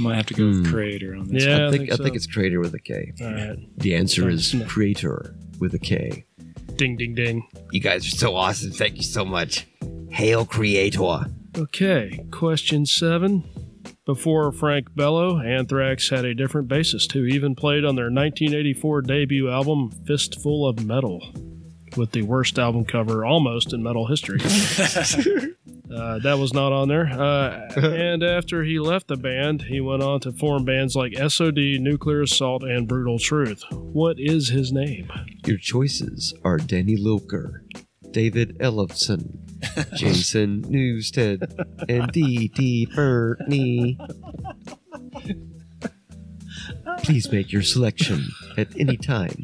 Speaker 3: Might have to go with
Speaker 2: Hmm.
Speaker 3: creator on this.
Speaker 1: Yeah.
Speaker 2: I
Speaker 1: I
Speaker 2: think,
Speaker 1: think
Speaker 2: I think
Speaker 1: so.
Speaker 2: it's creator with a K.
Speaker 1: All right.
Speaker 2: The answer is
Speaker 1: Thanks.
Speaker 2: creator with a K.
Speaker 1: Ding, ding, ding.
Speaker 4: You guys are so awesome. Thank you so much. Hail Creator.
Speaker 1: Okay. Question seven. Before Frank Bello, Anthrax had a different bassist who even played on their 1984 debut album, Fistful of Metal, with the worst album cover almost in metal history. uh, that was not on there. Uh, and after he left the band, he went on to form bands like SOD, Nuclear Assault, and Brutal Truth. What is his name?
Speaker 2: Your choices are Danny Lilker, David Ellefson, Jason Newsted, and D.D. Burney. Please make your selection at any time.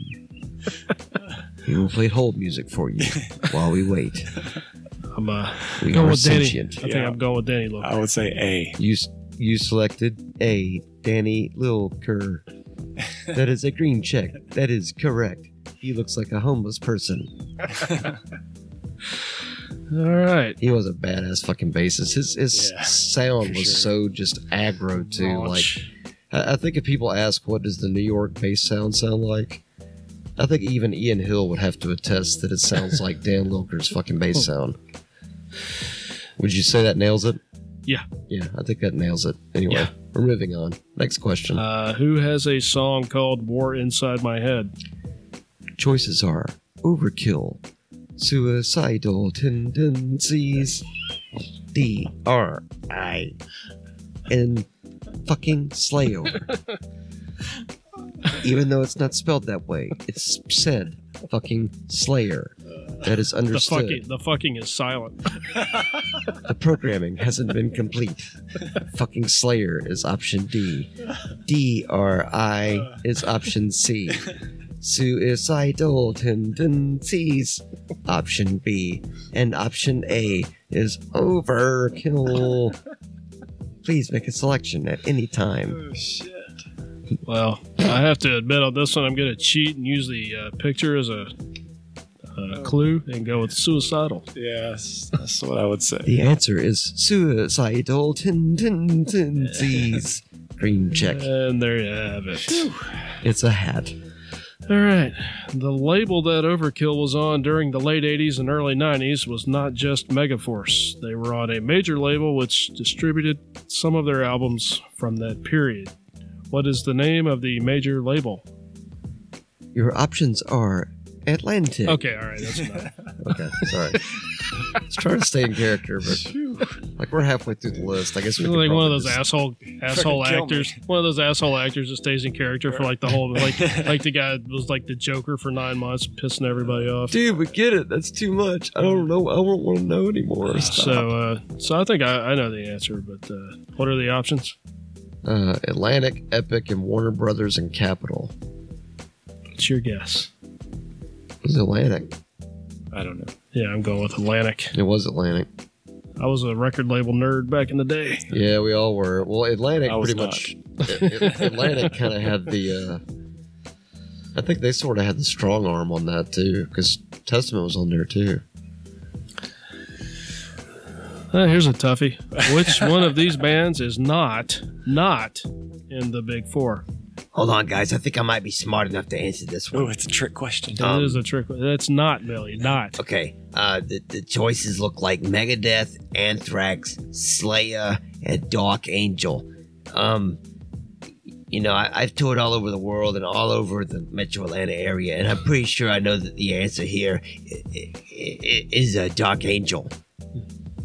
Speaker 2: We will play hold music for you while we wait.
Speaker 1: I'm uh,
Speaker 2: We
Speaker 1: Go
Speaker 2: are
Speaker 1: with Danny.
Speaker 2: sentient.
Speaker 1: I think
Speaker 3: Yeah.
Speaker 1: I'm going with Danny
Speaker 3: I
Speaker 1: Lopez.
Speaker 3: would say A.
Speaker 2: You s- you selected A. Danny Lilker. That is a green check. That is correct. He looks like a homeless person.
Speaker 1: All right.
Speaker 2: He was a badass fucking bassist. His his
Speaker 3: Yeah,
Speaker 2: sound
Speaker 3: for
Speaker 2: was so
Speaker 3: sure.
Speaker 2: just aggro too.
Speaker 1: Launch.
Speaker 2: Like I, I think if people ask what does the New York bass sound sound like, I think even Ian Hill would have to attest that it sounds like Dan Lilker's fucking bass sound. Would you say that nails it?
Speaker 1: Yeah.
Speaker 2: Yeah, I think that nails it. Anyway,
Speaker 1: Yeah.
Speaker 2: we're moving on. Next question.
Speaker 1: Uh, who has a song called War Inside My Head?
Speaker 2: Choices are overkill, suicidal tendencies, D R I, and fucking slayover. Even though it's not spelled that way, it's said fucking slayer. That is
Speaker 1: The
Speaker 2: understood.
Speaker 1: fucking, the fucking is silent.
Speaker 2: The programming hasn't been complete. Fucking Slayer is option D. D R I is option C. Suicidal tendencies, option B. And option A is overkill. Please make a selection at any time.
Speaker 3: Oh, shit.
Speaker 1: Well, I have to admit on this one, I'm going to cheat and use the uh, picture as a uh, clue and go with suicidal.
Speaker 3: Yeah, that's, that's what I would say.
Speaker 2: The answer is suicidal tendencies. Green check.
Speaker 1: And there you have it.
Speaker 2: It's a hat.
Speaker 1: All right. The label that Overkill was on during the late 80s and early 90s was not just Megaforce. They were on a major label which distributed some of their albums from that period. What is the name of the major label?
Speaker 2: Your options are Atlantic.
Speaker 1: Okay, all right, that's enough.
Speaker 2: Okay, sorry. Let's try to stay in character, but like we're halfway through the list. I guess we
Speaker 1: You're
Speaker 2: could
Speaker 1: like one of
Speaker 2: probably
Speaker 1: those
Speaker 2: just-
Speaker 1: asshole asshole
Speaker 3: Fucking kill me.
Speaker 1: actors. One of those asshole actors that stays in character for like the whole like like the guy that was like the Joker for nine months, pissing everybody off.
Speaker 2: Dude, we get it. That's too much. I don't know. I don't want to know anymore. Stop.
Speaker 1: So uh, so I think I, I know the answer, but uh, what are the options?
Speaker 2: uh, Atlantic, Epic, and Warner Brothers and Capitol.
Speaker 1: It's your guess.
Speaker 2: It was Atlantic.
Speaker 3: I don't know.
Speaker 1: Yeah, I'm going with Atlantic.
Speaker 2: It was Atlantic.
Speaker 1: I was a record label nerd back in the day.
Speaker 2: Yeah, we all were. Well, Atlantic
Speaker 3: I was
Speaker 2: pretty much. A- A- Atlantic kind of had the. Uh, I think they sort of had the strong arm on that too, because Testament was on there too.
Speaker 1: Uh, here's a toughie. Which one of these bands is not not in the Big Four?
Speaker 4: Hold on, guys. I think I might be smart enough to answer this
Speaker 3: Oh,
Speaker 4: one.
Speaker 3: it's a trick question.
Speaker 1: That
Speaker 4: Um,
Speaker 1: is a trick. That's not Billy. Not.
Speaker 4: Okay. Uh, the, the choices look like Megadeth, Anthrax, Slayer, and Dark Angel. Um, you know, I, I've toured all over the world and all over the metro Atlanta area, and I'm pretty sure I know that the answer here i- i- i- is a Dark Angel.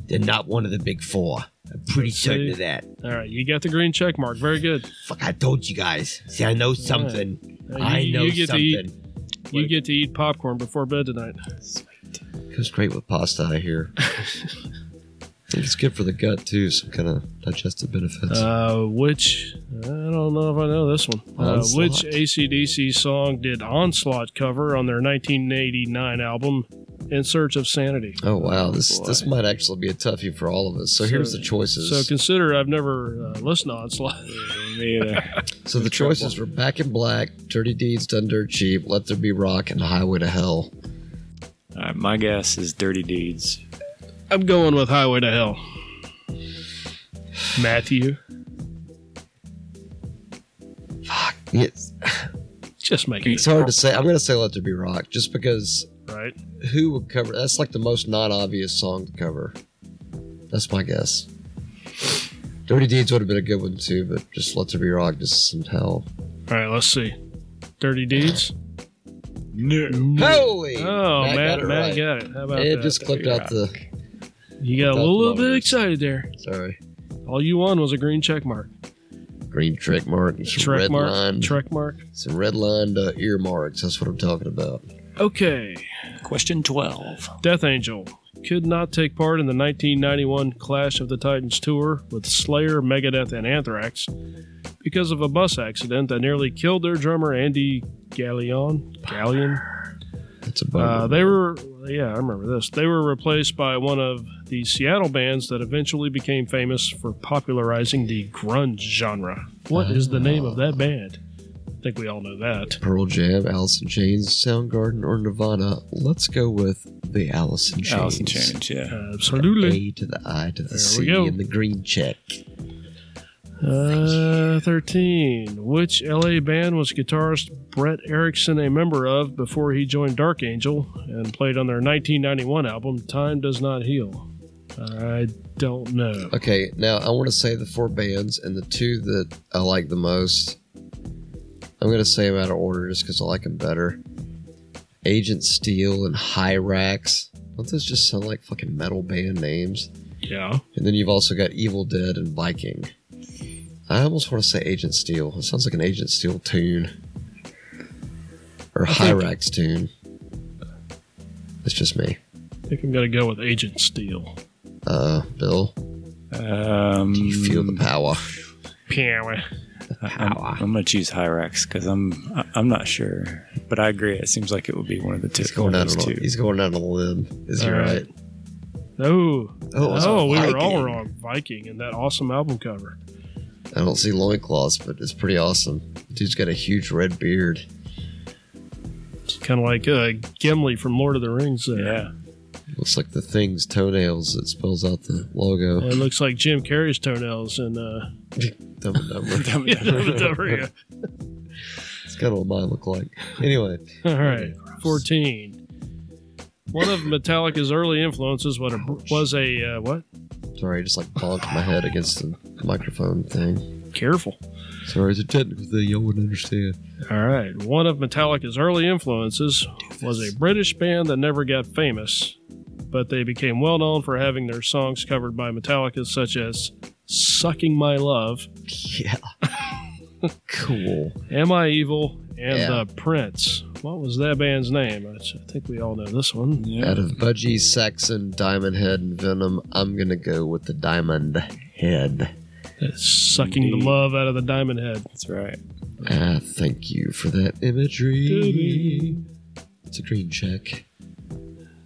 Speaker 4: They're not one of the big four. I'm pretty
Speaker 1: Let's
Speaker 4: certain
Speaker 1: see.
Speaker 4: of that.
Speaker 1: All right, you got the green check mark. Very good.
Speaker 4: Fuck, I told you guys. See, I know something.
Speaker 1: Uh, you-
Speaker 4: I know
Speaker 1: you get
Speaker 4: something.
Speaker 1: to eat. You get to eat popcorn before bed tonight.
Speaker 2: Goes great with pasta, I hear. I think it's good for the gut too. Some kind of digestive benefits.
Speaker 1: Uh, which I don't know if I know this one. Uh,
Speaker 2: Onslaught.
Speaker 1: which ACDC song did Onslaught cover on their 1989 album "In Search of Sanity"?
Speaker 2: oh wow, this this might actually be a toughie for all of us. So,
Speaker 1: So-
Speaker 2: here's the choices.
Speaker 1: So
Speaker 2: So,
Speaker 1: consider I've never uh, listened to Onslaught.
Speaker 3: Me either.
Speaker 2: the choices were Back in Black, Dirty Deeds Done Dirt Cheap, Let There Be Rock, and Highway to Hell.
Speaker 3: All right, my guess is Dirty Deeds.
Speaker 1: I'm going with Highway to Hell. Matthew,
Speaker 2: It's,
Speaker 1: just make it
Speaker 2: it's hard to say. I'm gonna say Let There Be Rock just because
Speaker 1: right.
Speaker 2: who would cover? That's like the most non obvious song to cover. That's my guess. Dirty Deeds would have been a good one too, but just Let's Be Rock just some hell.
Speaker 1: All right, let's see. Dirty Deeds.
Speaker 2: Holy!
Speaker 1: Oh, Matt, Matt,
Speaker 2: got it right.
Speaker 1: got it. How about
Speaker 2: It
Speaker 1: that?
Speaker 2: just clipped out the.
Speaker 1: You got a
Speaker 2: clipped out
Speaker 1: little,
Speaker 2: the
Speaker 1: bit
Speaker 2: motors.
Speaker 1: excited there.
Speaker 2: Sorry.
Speaker 1: All you won was a green check mark.
Speaker 2: Green trek mark, and some
Speaker 1: Trek
Speaker 2: red
Speaker 1: mark.
Speaker 2: line,
Speaker 1: Trek mark.
Speaker 2: some red lined uh, ear marks. That's what I'm talking about.
Speaker 1: Okay.
Speaker 3: Question 12.
Speaker 1: Death Angel could not take part in the 1991 Clash of the Titans tour with Slayer, Megadeth, and Anthrax because of a bus accident that nearly killed their drummer Andy Galleon. Galleon.
Speaker 2: That's a bummer.
Speaker 1: Uh, they were, yeah, I remember this. They were replaced by one of the Seattle bands that eventually became famous for popularizing the grunge genre. What is the name of that band? I think we all know that.
Speaker 2: Pearl Jam, Alice in Chains, Soundgarden, or Nirvana. Let's go with the Alice in Chains.
Speaker 3: Alice in Chains, yeah.
Speaker 1: Uh, Absolutely.
Speaker 2: A to the I to the
Speaker 1: There we
Speaker 2: C
Speaker 1: go.
Speaker 2: and the green check.
Speaker 1: Uh, 13. Which LA band was guitarist Brett Erickson a member of before he joined Dark Angel and played on their 1991 album, Time Does Not Heal? I don't know.
Speaker 2: Okay, now I want to say the four bands and the two that I like the most. I'm going to say them out of order just because I like them better. Agent Steel and Hyrax. Don't those just sound like fucking metal band names?
Speaker 1: Yeah.
Speaker 2: And then you've also got Evil Dead and Viking. I almost want to say Agent Steel. It sounds like an Agent Steel tune. Or Hyrax tune. It's just me.
Speaker 1: I think I'm going to go with Agent Steel.
Speaker 2: Uh, Bill,
Speaker 3: Um,
Speaker 2: do you
Speaker 1: Mm.
Speaker 2: feel the power?
Speaker 1: Piano.
Speaker 3: I'm, I'm going to choose Hyrax because I'm I- I'm not sure, but I agree. It seems like it would be one of the two.
Speaker 2: He's going
Speaker 3: one of
Speaker 2: out on
Speaker 3: those
Speaker 2: a,
Speaker 3: two.
Speaker 2: he's going out on a limb. Is he
Speaker 1: All
Speaker 2: right?
Speaker 1: right. Oh,
Speaker 2: Oh, it's
Speaker 1: oh, we were
Speaker 2: Viking.
Speaker 1: all wrong. Viking and that awesome album cover.
Speaker 2: I don't see loincloths, but it's pretty awesome. Dude's got a huge red beard.
Speaker 1: It's kind of like uh, Gimli from Lord of the Rings. There.
Speaker 3: Yeah.
Speaker 2: Looks like the thing's toenails that spells out the logo.
Speaker 1: And it looks like Jim Carrey's toenails and uh,
Speaker 2: Dumb and Dumber.
Speaker 3: Dumb and Dumber.
Speaker 1: All
Speaker 2: It's kind of what mine look like. Anyway,
Speaker 1: right, fourteen. One of Metallica's early influences was a, was a uh, what?
Speaker 2: sorry, I just like bonked my head against the microphone thing.
Speaker 1: Careful.
Speaker 2: Sorry, it's a technical thing y'all wouldn't understand.
Speaker 1: All right. One of Metallica's early influences was a British band that never got famous, but they became well known for having their songs covered by Metallica, such as "Sucking My Love,"
Speaker 2: Yeah. cool.
Speaker 1: "Am I Evil," and
Speaker 2: Yeah.
Speaker 1: "The Prince." What was that band's name? I I think we all know this one.
Speaker 3: Yeah.
Speaker 2: Out of Budgie, Saxon, Diamond Head, and Venom, I'm gonna go with the Diamond Head.
Speaker 1: It's sucking
Speaker 3: Indeed.
Speaker 1: the love out of the diamond head.
Speaker 3: That's right.
Speaker 2: Ah, thank you for that imagery. It's a green check.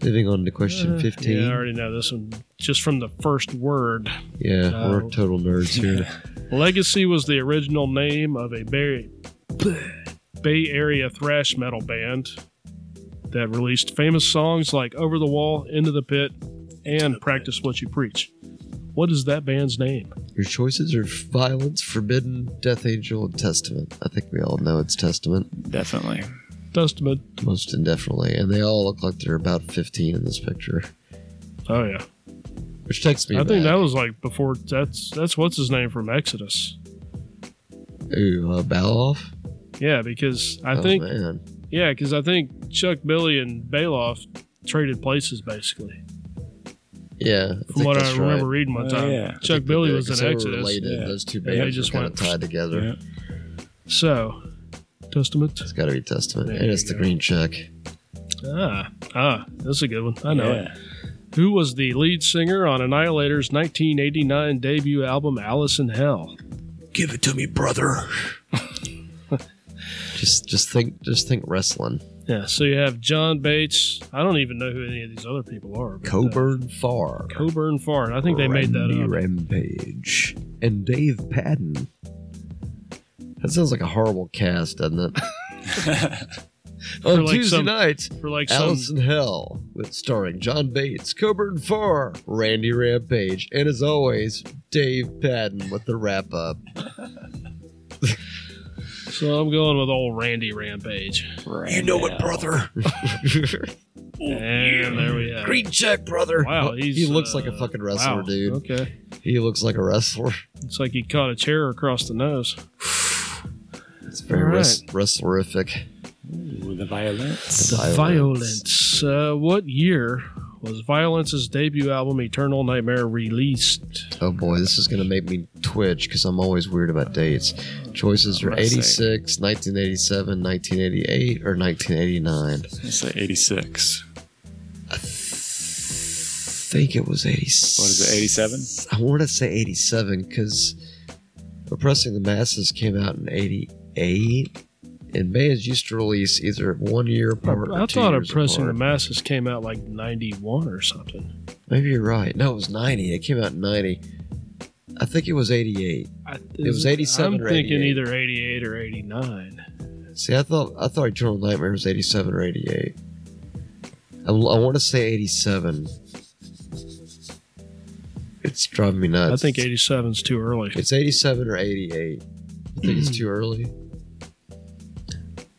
Speaker 2: Moving on to question
Speaker 1: Uh,
Speaker 2: fifteen.
Speaker 1: Yeah, I
Speaker 2: Yeah,
Speaker 1: already know this one just from the first word. No.
Speaker 2: we're total nerds here.
Speaker 1: Legacy was the original name of a Bay, Bay Area thrash metal band that released famous songs like Over the Wall, Into the Pit, and Practice What You Preach. What is that band's name?
Speaker 2: Your choices are violence, forbidden, death angel, and testament. I think we all know it's testament,
Speaker 3: Definitely.
Speaker 1: Testament.
Speaker 2: most indefinitely, and they all look like they're about fifteen in this picture,
Speaker 1: Oh yeah,
Speaker 2: which takes me.
Speaker 1: I think that
Speaker 2: back.
Speaker 1: was like before. That's that's what's his name from Exodus.
Speaker 2: Ooh, uh, Baloff.
Speaker 1: Yeah, because I think
Speaker 2: Oh, man.
Speaker 1: Yeah, because I think Chuck Billy and Bailoff traded places basically,
Speaker 2: Yeah, I
Speaker 1: from
Speaker 2: think
Speaker 1: what I
Speaker 2: that's right.
Speaker 1: remember reading one
Speaker 3: Oh,
Speaker 1: time.
Speaker 3: yeah. I
Speaker 1: Chuck
Speaker 2: think
Speaker 1: Billy
Speaker 2: they-
Speaker 1: was
Speaker 2: because
Speaker 1: in
Speaker 2: they were
Speaker 1: Exodus,
Speaker 2: Related.
Speaker 3: Yeah.
Speaker 2: Those two
Speaker 1: they
Speaker 2: bands
Speaker 1: just
Speaker 2: were kind
Speaker 1: went-
Speaker 2: of tied together.
Speaker 3: Yeah.
Speaker 1: so Testament.
Speaker 2: It's got to be Testament,
Speaker 1: There
Speaker 2: and
Speaker 1: you
Speaker 2: it's the
Speaker 1: go.
Speaker 2: green check.
Speaker 1: Ah, ah, that's a good one. I know it.
Speaker 3: yeah.
Speaker 1: Who was the lead singer on Annihilator's 1989 debut album Alice in Hell?
Speaker 2: Give it to me, brother. just, just think, just think wrestling.
Speaker 1: Yeah, so you have John Bates. I don't even know who any of these other people are. but, uh,
Speaker 2: Coburn Farr.
Speaker 1: Coburn Farr. I think they made that
Speaker 2: Randy
Speaker 1: up.
Speaker 2: Rampage and Dave Patton. That sounds like a horrible cast, doesn't it?
Speaker 1: For
Speaker 2: On
Speaker 1: like
Speaker 2: Tuesday
Speaker 1: some-
Speaker 2: night,
Speaker 1: For like some
Speaker 2: Alice in Hell, with starring John Bates, Coburn Farr, Randy Rampage, and as always, Dave Patton with the wrap up.
Speaker 1: So I'm going with old Randy Rampage.
Speaker 3: You know it, brother.
Speaker 1: And there we have. it.
Speaker 2: Green check, brother.
Speaker 1: Wow,
Speaker 2: Oh,
Speaker 1: he's,
Speaker 2: he looks
Speaker 1: uh,
Speaker 2: like a fucking wrestler,
Speaker 1: wow.
Speaker 2: dude.
Speaker 1: Okay,
Speaker 2: He looks like a wrestler.
Speaker 1: it's like he caught a chair across the nose.
Speaker 2: It's very
Speaker 1: All right.
Speaker 2: wres- wrestlerific.
Speaker 3: Ooh, the violence.
Speaker 1: The violence. Uh, what year was Violence's debut album Eternal Nightmare released?
Speaker 2: Oh boy, this is going to make me twitch because I'm always weird about dates. Choices are
Speaker 3: I'm gonna say-
Speaker 2: 86, 1987, 1988, or 1989.
Speaker 3: It's like 86.
Speaker 2: think it was 86.
Speaker 3: What is it, 87?
Speaker 2: I want to say 87 because Oppressing the Masses came out in 88. And bands used to release either one year apart. or
Speaker 1: I
Speaker 2: two
Speaker 1: thought
Speaker 2: years
Speaker 1: Oppressing the
Speaker 2: apart.
Speaker 1: Masses came out like 91 or something.
Speaker 2: Maybe you're right. No, it was 90. It came out in 90. I think it was 88.
Speaker 1: I,
Speaker 2: was 87
Speaker 1: I'm
Speaker 2: or
Speaker 1: thinking
Speaker 2: 88.
Speaker 1: either 88 or 89.
Speaker 2: See, I thought I thought Eternal Nightmare was 87 or 88. I, want to say 87. It's driving me nuts.
Speaker 1: I think 87 is too early.
Speaker 2: It's 87 or 88. I think it's too early.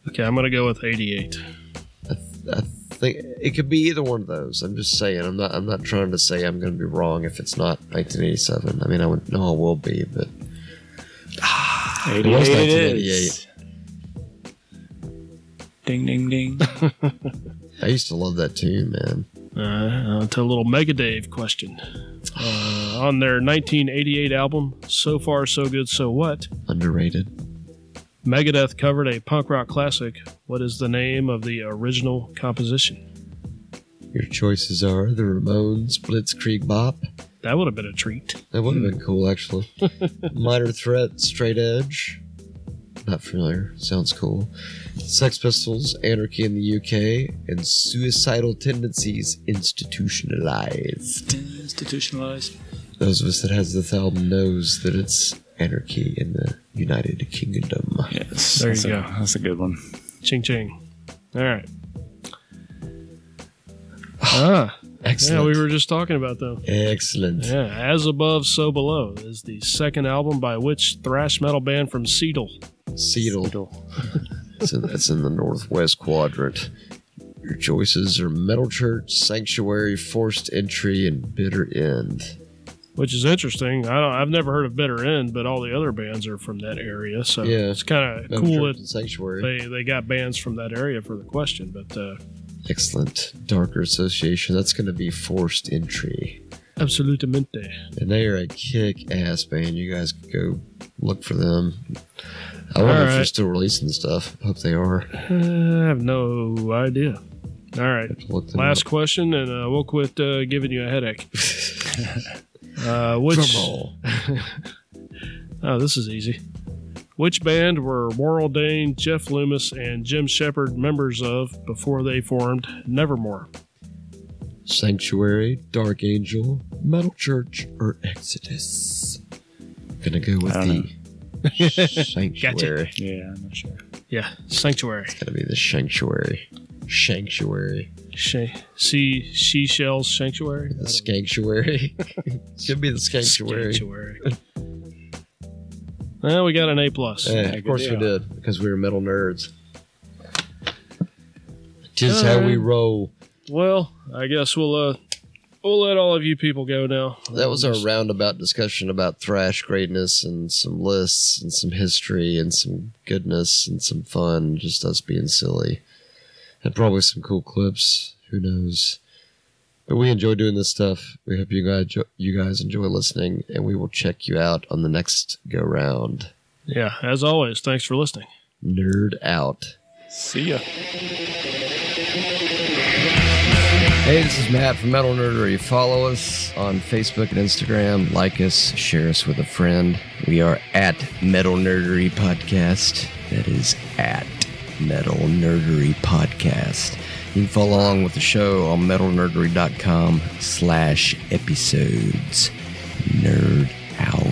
Speaker 1: Okay, I'm going to go with 88.
Speaker 2: I, th- I think it could be either one of those. I'm just saying. I'm not. I'm not trying to say I'm going to be wrong if it's not 1987. I mean, I would know I will be, but
Speaker 3: 88
Speaker 2: was
Speaker 3: it
Speaker 2: 1988.
Speaker 3: is. Ding, ding, ding.
Speaker 2: I used to love that tune, man.
Speaker 1: Uh, on to a little Mega Dave question. Uh, on their 1988 album, So Far, So Good, So What,
Speaker 2: Underrated.
Speaker 1: Megadeth covered a punk rock classic. What is the name of the original composition?
Speaker 2: Your choices are the Ramones, Blitzkrieg Bop.
Speaker 1: That would have been a treat.
Speaker 2: That would have been cool, actually. Minor Threat, Straight Edge. Not familiar. Sounds cool. Sex Pistols, Anarchy in the UK, and Suicidal Tendencies Institutionalized.
Speaker 3: Institutionalized.
Speaker 2: Those of us that has this album knows that it's anarchy in the United Kingdom.
Speaker 3: Yes.
Speaker 1: There
Speaker 3: that's
Speaker 1: you
Speaker 3: a-
Speaker 1: go.
Speaker 3: That's a good one.
Speaker 1: Ching ching. All right. Ah, yeah,
Speaker 2: Excellent.
Speaker 1: we were just talking about them.
Speaker 2: Excellent.
Speaker 1: Yeah, As Above, So Below is the second album by which thrash metal band from Seattle.
Speaker 2: Seattle. It's in, it's in the northwest quadrant. Your choices are Metal Church, Sanctuary, Forced Entry, and Bitter End.
Speaker 1: which is interesting. I don't, I've never heard of Bitter End, but all the other bands are from that area, so
Speaker 2: Yeah.
Speaker 1: it's kind of
Speaker 2: Metal
Speaker 1: cool
Speaker 2: Church
Speaker 1: that
Speaker 2: and Sanctuary.
Speaker 1: they they got bands from that area for the question. But uh,
Speaker 2: Excellent. Darker Association. That's going to be Forced Entry.
Speaker 1: absolutamente,
Speaker 2: And they are a kick ass band. You guys could go look for them. I
Speaker 1: All
Speaker 2: wonder if they're
Speaker 1: right.
Speaker 2: still releasing stuff. Hope they are.
Speaker 1: Uh, I have no idea. All right,
Speaker 2: Look them
Speaker 1: last
Speaker 2: up.
Speaker 1: question, and uh, we'll quit uh, giving you a headache. uh, which
Speaker 2: Drum roll.
Speaker 1: oh, this is easy. Which band were Warrell Dane, Jeff Loomis, and Jim Shepard members of before they formed Nevermore?
Speaker 2: Sanctuary, Dark Angel, Metal Church, or Exodus. Gonna go with
Speaker 3: I don't
Speaker 2: the Sanctuary.
Speaker 3: Yeah, I'm not sure.
Speaker 1: Yeah, Sanctuary.
Speaker 2: It's gonna be the Sanctuary. Sanctuary.
Speaker 1: She, sea seashells sanctuary.
Speaker 2: The Skanctuary. it's gonna be the Skanctuary.
Speaker 1: Sanctuary. well, we got an A plus.
Speaker 2: Yeah,
Speaker 3: Yeah,
Speaker 2: of course we
Speaker 3: good
Speaker 2: did, because we were metal nerds. Just how we
Speaker 1: Alright.
Speaker 2: roll.
Speaker 1: Well, I guess we'll uh we'll let all of you people go now.
Speaker 2: That was our roundabout discussion about thrash greatness and some lists and some history and some goodness and some fun, just us being silly. And probably some cool clips. Who knows? But we enjoy doing this stuff. We hope you guys you guys enjoy listening, and we will check you out on the next go round.
Speaker 1: Yeah, as always, thanks for listening.
Speaker 2: Nerd out.
Speaker 3: See ya.
Speaker 2: Hey, this is Matt from Metal Nerdery. Follow us on Facebook and Instagram. Like us, share us with a friend. We are at Metal Nerdery Podcast. That is at Metal Nerdery Podcast. You can follow along with the show on metalnerdery.com slash episodes. Nerd out.